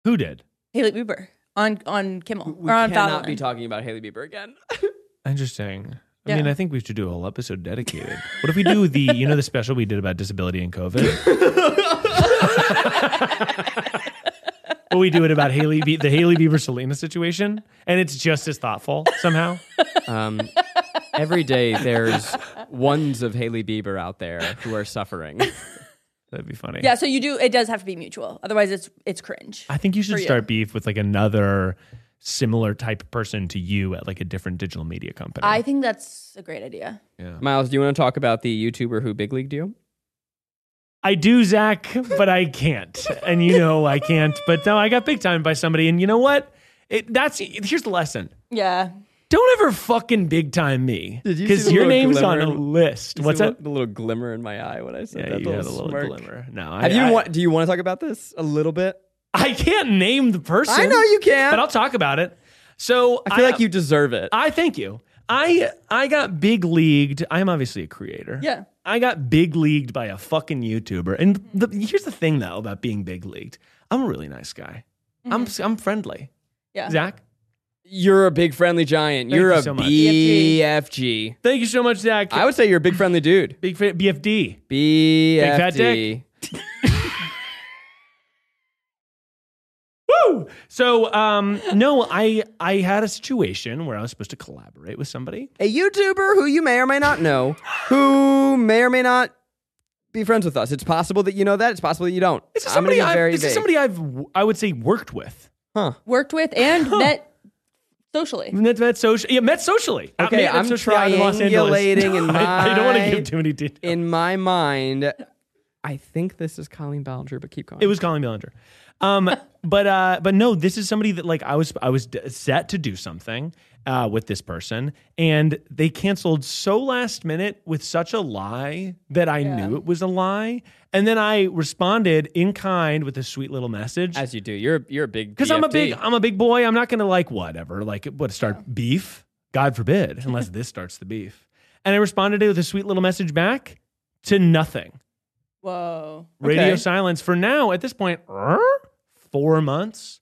Speaker 2: Who did?
Speaker 3: Haley Bieber on on Kimmel
Speaker 4: We
Speaker 3: or on
Speaker 4: cannot
Speaker 3: Fallon.
Speaker 4: be talking about Haley Bieber again.
Speaker 2: Interesting. I
Speaker 3: Yeah.
Speaker 2: mean, I think we should do a whole episode dedicated. What if we do the, you know, the special we did about disability and COVID? But we do it about Haley, Be- the Haley Bieber Selena situation, and it's just as thoughtful somehow.
Speaker 4: Um, every day there's ones of Haley Bieber out there who are suffering.
Speaker 2: That'd be funny.
Speaker 3: yeah, so you do. It does have to be mutual. Otherwise, it's it's cringe.
Speaker 2: I think you should
Speaker 3: you.
Speaker 2: start beef with like another similar type person to you at like a different digital media company.
Speaker 3: I think that's a great idea.
Speaker 4: Miles, do you want to talk about the YouTuber who big leagued you?
Speaker 2: I do, Zach, but I can't. And you know I can't. But no, I got big time by somebody. And you know what? It, that's here's the lesson.
Speaker 3: Yeah,
Speaker 2: Don't ever fucking big time me
Speaker 4: Did you see
Speaker 2: because
Speaker 4: the
Speaker 2: your
Speaker 4: little
Speaker 2: name's on a
Speaker 4: glimmer?
Speaker 2: list. What's
Speaker 4: See the
Speaker 2: that?
Speaker 4: li- The little glimmer in my eye when I said
Speaker 2: Yeah,
Speaker 4: that.
Speaker 2: you
Speaker 4: the
Speaker 2: had a little
Speaker 4: smirk.
Speaker 2: glimmer. No, I,
Speaker 4: Have you
Speaker 2: I,
Speaker 4: want, do you want to talk about this a little bit?
Speaker 2: I can't name the person.
Speaker 4: I know you can.
Speaker 2: but I'll talk about it. So
Speaker 4: I feel like you deserve it.
Speaker 2: I thank you. I I got big leagued. I'm obviously a creator.
Speaker 3: Yeah.
Speaker 2: I got big leagued by a fucking YouTuber. And the, here's the thing though about being big leagued. I'm a really nice guy. I'm I'm friendly.
Speaker 3: Mm-hmm. yeah.
Speaker 2: Zach,
Speaker 4: You're a big friendly giant.
Speaker 2: Thank
Speaker 4: you're
Speaker 2: you
Speaker 4: a
Speaker 2: so much.
Speaker 3: BFG.
Speaker 4: BFG.
Speaker 2: thank you so much, Zach.
Speaker 4: I would say you're a big friendly dude.
Speaker 2: big fan, BFD.
Speaker 4: BFG.
Speaker 2: fat dick. Woo! So um no, I I had a situation where I was supposed to collaborate with somebody.
Speaker 4: a YouTuber who you may or may not know, who may or may not be friends with us. It's possible that you know that. It's possible that you don't.
Speaker 2: This is
Speaker 4: I'm gonna
Speaker 2: somebody
Speaker 4: be very
Speaker 2: I've, this is
Speaker 4: vague.
Speaker 2: somebody I've I would say worked with.
Speaker 3: Worked with and met socially.
Speaker 2: Met, met social, yeah, met socially. Uh,
Speaker 4: Okay,
Speaker 2: met
Speaker 4: I'm
Speaker 2: socially out in Los Angeles.
Speaker 4: triangulating in
Speaker 2: I, I don't want
Speaker 4: my-
Speaker 2: to give too many details.
Speaker 4: In my mind, I think this is Colleen Ballinger, but keep going.
Speaker 2: It was Colin Bellinger. Um, but uh, but no, this is somebody that like I was I was d- set to do something uh, with this person, and they canceled so last minute with such a lie that I knew it was a lie, and then I responded in kind with a sweet little message.
Speaker 4: As E you do, you're you're a big
Speaker 2: because I'm a
Speaker 4: BFD.
Speaker 2: big I'm a big boy. I'm not gonna like whatever like what start beef. God forbid, unless this starts the beef. And I responded with a sweet little message back to nothing.
Speaker 3: Whoa.
Speaker 2: Radio
Speaker 4: Okay.
Speaker 2: silence for now. At this point, er, four months.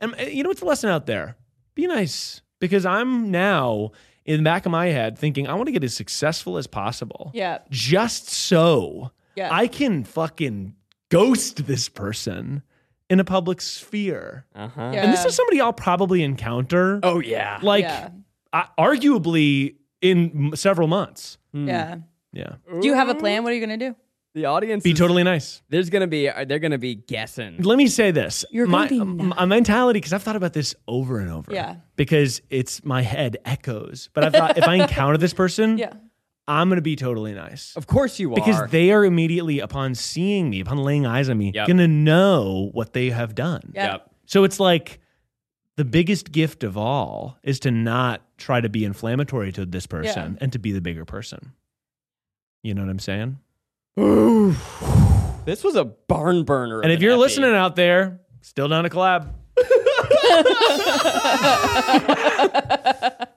Speaker 2: And uh, you know what's the lesson out there? Be nice because I'm now in the back of my head thinking I want to get as successful as possible.
Speaker 3: Yeah.
Speaker 2: Just so
Speaker 3: Yeah.
Speaker 2: I can fucking ghost this person in a public sphere.
Speaker 4: Uh-huh.
Speaker 3: yeah.
Speaker 2: And this is somebody I'll probably encounter.
Speaker 4: Oh yeah.
Speaker 2: like
Speaker 3: yeah.
Speaker 2: I, arguably in m- several months.
Speaker 3: yeah.
Speaker 2: Yeah.
Speaker 3: Do you have a plan? What are you gonna do?
Speaker 4: The audience
Speaker 2: Be
Speaker 4: is-
Speaker 2: totally nice.
Speaker 4: There's gonna be uh, they're gonna be guessing.
Speaker 2: Let me say this.
Speaker 3: You're
Speaker 2: my,
Speaker 3: gonna be
Speaker 2: my mentality, because I've thought about this over and over.
Speaker 3: Yeah.
Speaker 2: Because it's my head echoes. But I thought if I encounter this person,
Speaker 3: Yeah.
Speaker 2: I'm gonna be totally nice.
Speaker 4: Of course you
Speaker 2: Because
Speaker 4: are.
Speaker 2: they are immediately upon seeing me, upon laying eyes on me,
Speaker 4: Yep.
Speaker 2: gonna know what they have done.
Speaker 3: Yeah.
Speaker 4: Yep.
Speaker 2: So it's like the biggest gift of all is to not try to be inflammatory to this person and to be the bigger person. You know what I'm saying?
Speaker 4: This was a barn burner. of
Speaker 2: And if
Speaker 4: an E.
Speaker 2: you're
Speaker 4: epi.
Speaker 2: listening out there, still down to collab.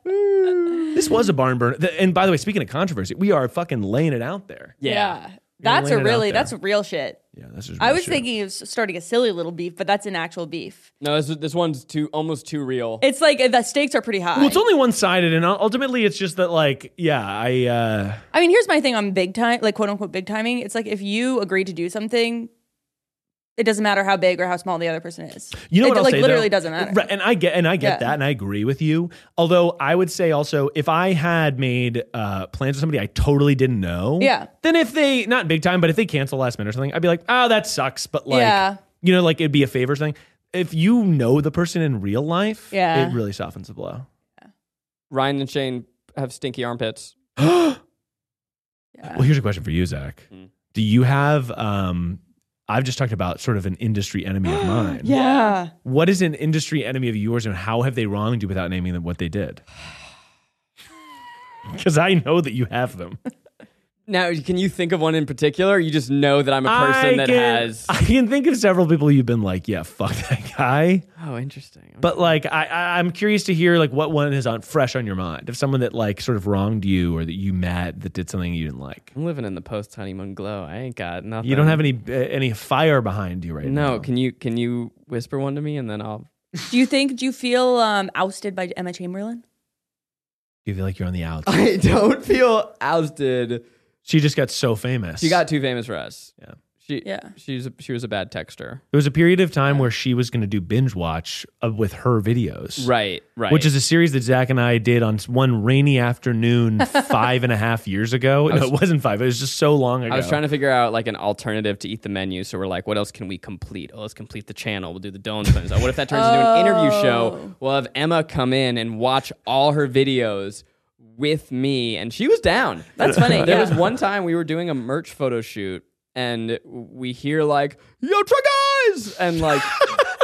Speaker 2: this was a barn burner. Th- And by the way, speaking of controversy, we are fucking laying it out there.
Speaker 4: yeah.
Speaker 3: That's a
Speaker 2: laying it out
Speaker 3: really
Speaker 2: there.
Speaker 3: that's real shit.
Speaker 2: Yeah, this is.
Speaker 3: I
Speaker 2: real
Speaker 3: was
Speaker 2: shit.
Speaker 3: thinking of s- starting a silly little beef, but that's an actual beef.
Speaker 4: No, this this one's too almost too real.
Speaker 3: It's like uh, the stakes are pretty high.
Speaker 2: Well, it's only one sided, and ul- ultimately, it's just that, like, yeah, I. uh
Speaker 3: I mean, here's my thing on big time, like quote unquote big timing. It's like if you agree to do something, it doesn't matter how big or how small the other person is.
Speaker 2: You know
Speaker 3: it,
Speaker 2: what I'll
Speaker 3: like
Speaker 2: say,
Speaker 3: literally
Speaker 2: though?
Speaker 3: doesn't matter.
Speaker 2: Right, and I get and I get
Speaker 3: Yeah.
Speaker 2: that, and I agree with you. Although I would say also, if I had made uh, plans with somebody I totally didn't know,
Speaker 3: Yeah.
Speaker 2: then if they not big time, but if they cancel last minute or something, I'd be like, oh, that sucks. But like,
Speaker 3: Yeah.
Speaker 2: you know, like it'd be a favor thing. If you know the person in real life,
Speaker 3: Yeah.
Speaker 2: it really softens the blow.
Speaker 4: Ryan and Shane have stinky armpits.
Speaker 2: Well, here's a question for you, Zach. Do you have? um I've just talked about sort of an industry enemy of mine.
Speaker 3: Yeah.
Speaker 2: What is an industry enemy of yours, and how have they wronged you without naming them what they did? Because I know that you have them.
Speaker 4: Now, can you think of one in particular? You just know that I'm a person
Speaker 2: I
Speaker 4: that
Speaker 2: can,
Speaker 4: has.
Speaker 2: I can think of several people you've been like, yeah, fuck that guy.
Speaker 4: Oh, interesting.
Speaker 2: But like, I, I I'm curious to hear like what one is on fresh on your mind of someone that like sort of wronged you or that you mad that did something you didn't like.
Speaker 4: I'm living in the post honeymoon glow. I ain't got nothing.
Speaker 2: You don't have any uh, any fire behind you right now.
Speaker 4: Um, No, can you can you whisper one to me and then I'll.
Speaker 3: Do you think? Do you feel um, ousted by Emma Chamberlain?
Speaker 2: you feel like you're on the outs?
Speaker 4: I don't feel ousted.
Speaker 2: She just got so famous.
Speaker 4: She got too famous for us.
Speaker 2: Yeah.
Speaker 4: She
Speaker 3: Yeah.
Speaker 4: She's a, she was a bad texter.
Speaker 2: There was a period of time where she was going to do binge watch uh, with her videos.
Speaker 4: Right. Right.
Speaker 2: Which is a series that Zach and I did on one rainy afternoon five and a half years ago. No, it wasn't five. It was just so long ago.
Speaker 4: I was trying to figure out like an alternative to eat the menu. So we're like, what else can we complete? Oh, let's complete the channel. We'll do the Dolan twins. Oh, what if that turns into an interview show? We'll have Emma come in and watch all her videos with me, and she was down.
Speaker 3: That's funny,
Speaker 4: There
Speaker 3: yeah.
Speaker 4: was one time we were doing a merch photo shoot, and we hear like, "Yo, truck guys!" and like.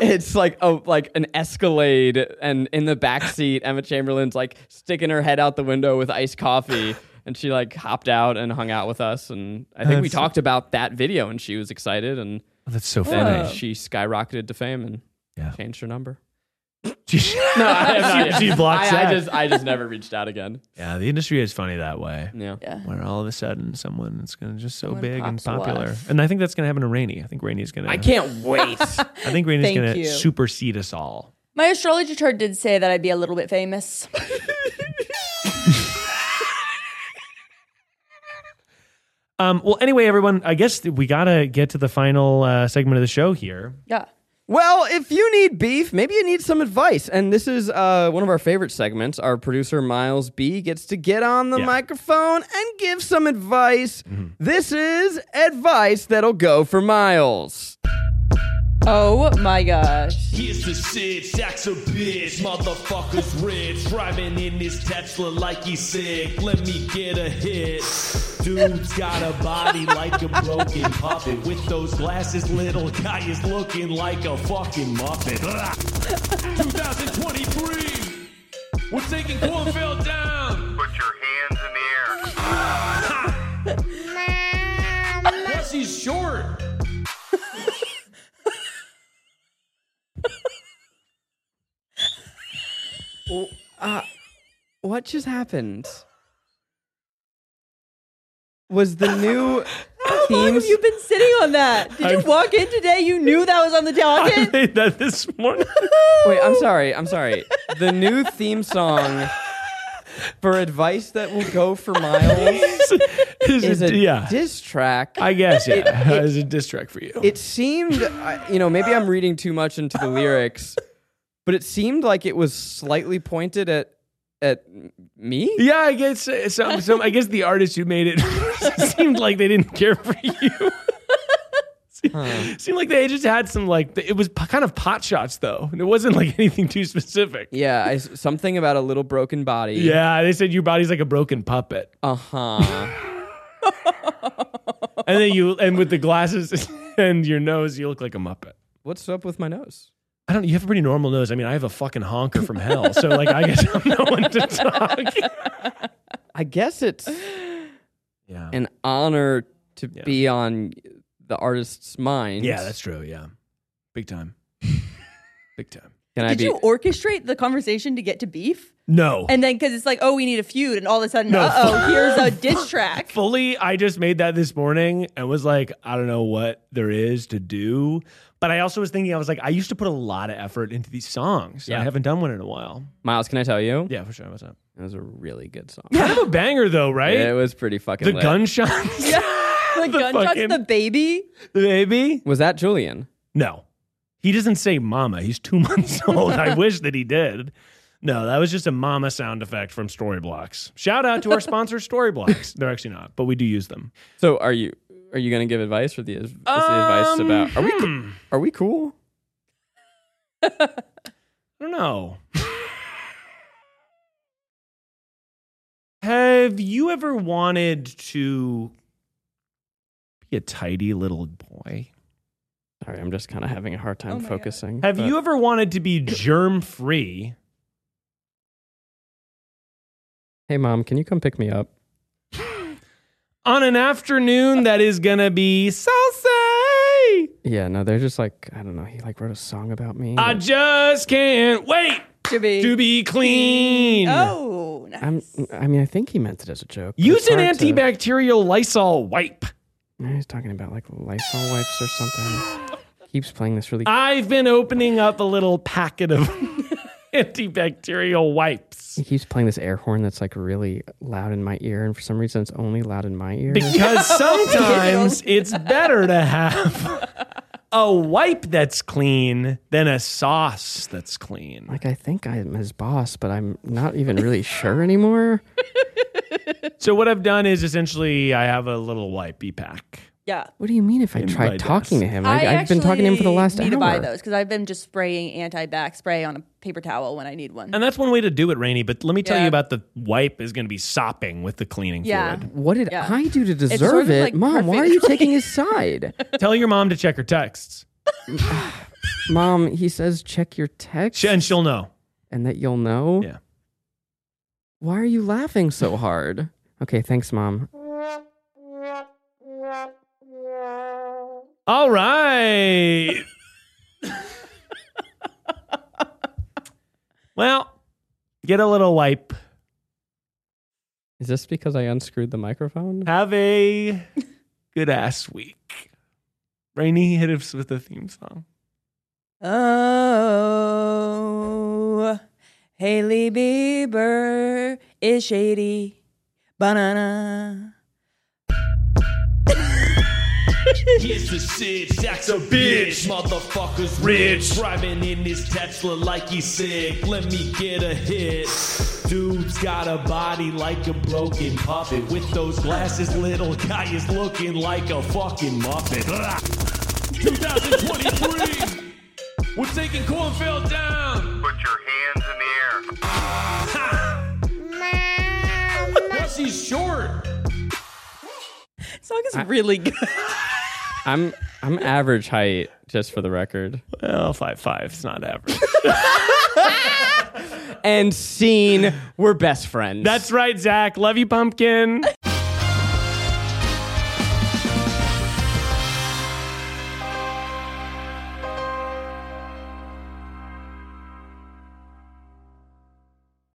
Speaker 4: It's like oh, like an Escalade, and in the back seat, Emma Chamberlain's like sticking her head out the window with iced coffee, and she like hopped out and hung out with us, and I think we
Speaker 2: That's-
Speaker 4: talked about that video, and she was excited, and
Speaker 2: Oh, that's so
Speaker 4: then
Speaker 2: funny.
Speaker 4: she skyrocketed to fame and
Speaker 2: Yeah.
Speaker 4: changed her number.
Speaker 2: She-
Speaker 4: No, I have not.
Speaker 2: she blocks
Speaker 4: I, I
Speaker 2: that.
Speaker 4: just, I just never reached out again.
Speaker 2: yeah, the industry is funny that way.
Speaker 4: Yeah.
Speaker 2: Where all of a sudden someone is going to just so
Speaker 3: Someone
Speaker 2: big and
Speaker 3: pops a lot.
Speaker 2: popular, and I think that's going to happen to Rainy. I think Rainy is going to.
Speaker 4: I can't wait.
Speaker 2: I think Rainey's
Speaker 3: Thank
Speaker 2: going
Speaker 3: you.
Speaker 2: to supersede us all.
Speaker 3: My astrology chart did say that I'd be a little bit famous.
Speaker 2: Um, well, anyway, everyone, I guess that we got to get to the final uh, segment of the show here.
Speaker 3: yeah.
Speaker 4: well, if you need beef, maybe you need some advice, and this is uh, one of our favorite segments. Our producer Miles B gets to get on the
Speaker 2: Yeah.
Speaker 4: microphone and give some advice. This is advice that'll go for Miles.
Speaker 3: Oh my gosh.
Speaker 6: Here's the shit, stacks of bitch, motherfuckers rich, driving in his Tesla like he's sick. Let me get a hit. Dude's got a body like a broken puppet. With those glasses, little guy is looking like a fucking muppet. Ah. 2023, we're taking Cornfield down.
Speaker 7: Put your hands in the air.
Speaker 6: Plus he's short.
Speaker 4: uh, What just happened? Was the new
Speaker 3: How long
Speaker 4: theme?
Speaker 3: have you been sitting on that? Did you
Speaker 2: I'm-
Speaker 3: walk in today? You knew that was on the
Speaker 2: I
Speaker 3: docket?
Speaker 2: made that this morning.
Speaker 4: Wait, I'm sorry. I'm sorry. The new theme song for advice that will go for miles
Speaker 2: Is
Speaker 4: is
Speaker 2: it-
Speaker 4: a
Speaker 2: yeah,
Speaker 4: diss track.
Speaker 2: I guess yeah. It's a diss track for you.
Speaker 4: it seemed, I- you know, maybe I'm reading too much into the lyrics, but it seemed like it was slightly pointed at at me.
Speaker 2: yeah, I guess uh, some, some. I guess the artist who made it seemed like they didn't care for you. Seemed- Seemed like they just had some like it was p- kind of pot shots though. It wasn't like anything too specific.
Speaker 4: Yeah, I s something about a little broken body.
Speaker 2: Yeah, they said your body's like a broken puppet,
Speaker 4: Uh huh.
Speaker 2: and then you and with the glasses and your nose, you look like a muppet.
Speaker 4: What's up with my nose?
Speaker 2: I don't. You have a pretty normal nose. I mean, I have a fucking honker from hell. So like, I guess I'm no one to talk.
Speaker 4: I guess it's
Speaker 2: Yeah.
Speaker 4: an honor to be on the artist's mind.
Speaker 2: yeah, that's true. Yeah, big time. big time.
Speaker 4: Can I
Speaker 3: Did
Speaker 4: be?
Speaker 3: you orchestrate the conversation to get to beef?
Speaker 2: No.
Speaker 3: And then, because it's like, oh, we need a feud, and all of a sudden,
Speaker 2: No.
Speaker 3: uh oh, here's a diss track.
Speaker 2: fully i just made that this morning and was like i don't know what there is to do but i also was thinking i was like i used to put a lot of effort into these songs and i
Speaker 4: Yeah.
Speaker 2: haven't done one in a while
Speaker 4: Miles, can I tell you?
Speaker 2: yeah for sure what's up
Speaker 4: It was a really good song.
Speaker 2: kind of a banger though right
Speaker 4: It was pretty fucking.
Speaker 2: the
Speaker 4: lit.
Speaker 2: gunshots
Speaker 3: Yeah. The, gunshots,
Speaker 2: fucking-
Speaker 3: the baby.
Speaker 2: baby
Speaker 4: was that Julian.
Speaker 2: no he doesn't say mama he's two months old i wish that he did no that was just a mama sound effect from storyblocks shout out to our sponsor storyblocks they're actually not but we do use them
Speaker 4: So are you? Are you gonna give advice or the, is the
Speaker 2: Um,
Speaker 4: advice about? Are we?
Speaker 2: hmm.
Speaker 4: co- Are we cool?
Speaker 2: I don't know. Have you ever wanted to be a tidy little boy?
Speaker 4: Sorry, I'm just kind of having a hard time focusing.
Speaker 2: Oh Have
Speaker 4: but-
Speaker 2: you ever wanted to be germ free?
Speaker 4: Hey, mom, can you come pick me up?
Speaker 2: On an afternoon that is gonna be saucy.
Speaker 4: Yeah, no, they're just like I don't know. He like wrote a song about me.
Speaker 2: I just can't wait
Speaker 3: To be.
Speaker 2: to be clean.
Speaker 3: Oh, nice.
Speaker 4: I'm, I mean, I think he meant it as a joke. but
Speaker 2: Use
Speaker 4: it's
Speaker 2: an
Speaker 4: hard to-
Speaker 2: antibacterial Lysol wipe.
Speaker 4: He's talking about like Lysol wipes or something. Keeps playing this really.
Speaker 2: I've been opening up a little packet of antibacterial wipes.
Speaker 4: He keeps playing this air horn that's like really loud in my ear, and for some reason it's only loud in my ear.
Speaker 2: Because sometimes it's better to have a wipe that's clean than a sauce that's clean.
Speaker 4: Like I think I'm his boss, but I'm not even really sure anymore.
Speaker 2: So what I've done is essentially I have a little wipey pack.
Speaker 3: yeah.
Speaker 4: What do you mean if I
Speaker 2: In my
Speaker 4: tried talking
Speaker 2: desk.
Speaker 4: to him? I, have been talking to him for the
Speaker 3: actually
Speaker 4: last
Speaker 3: need to
Speaker 4: hour.
Speaker 3: buy those because I've been just spraying anti-back spray on a paper towel when I need one.
Speaker 2: And that's one way to do it, Rainey, but let me tell you
Speaker 3: Yeah.
Speaker 2: about the wipe is going to be sopping with the cleaning
Speaker 3: Yeah.
Speaker 2: fluid.
Speaker 4: What did
Speaker 3: Yeah.
Speaker 4: I do to deserve
Speaker 3: sort of,
Speaker 4: it,
Speaker 3: like,
Speaker 4: Mom? Why are you
Speaker 3: perfectly-
Speaker 4: taking his side,
Speaker 2: Tell your mom to check her texts
Speaker 4: Mom? He says check your text,
Speaker 2: She- and she'll know.
Speaker 4: and that you'll know.
Speaker 2: Yeah.
Speaker 4: Why are you laughing so hard? Okay, thanks, Mom.
Speaker 2: All right. well, get a little wipe.
Speaker 4: Is this because I unscrewed the microphone?
Speaker 2: Have a good ass week. Rainy hit us with a theme song.
Speaker 3: Oh, Haley Bieber is shady. Banana.
Speaker 6: Here's the shit, Zach's a bitch, motherfuckers rich, driving in his Tesla like he's sick. Let me get a hit. Dude's got a body like a broken puppet. With those glasses, little guy is looking like a fucking muppet. Ah. 2023. We're taking Cornfield down.
Speaker 7: Put your hands in the air.
Speaker 6: Ha! Plus he's short.
Speaker 3: song is really good.
Speaker 4: I'm I'm average height, just for the record.
Speaker 2: Well, five five. It's not average.
Speaker 4: And scene, we're best friends.
Speaker 2: That's right, Zach. Love you, pumpkin.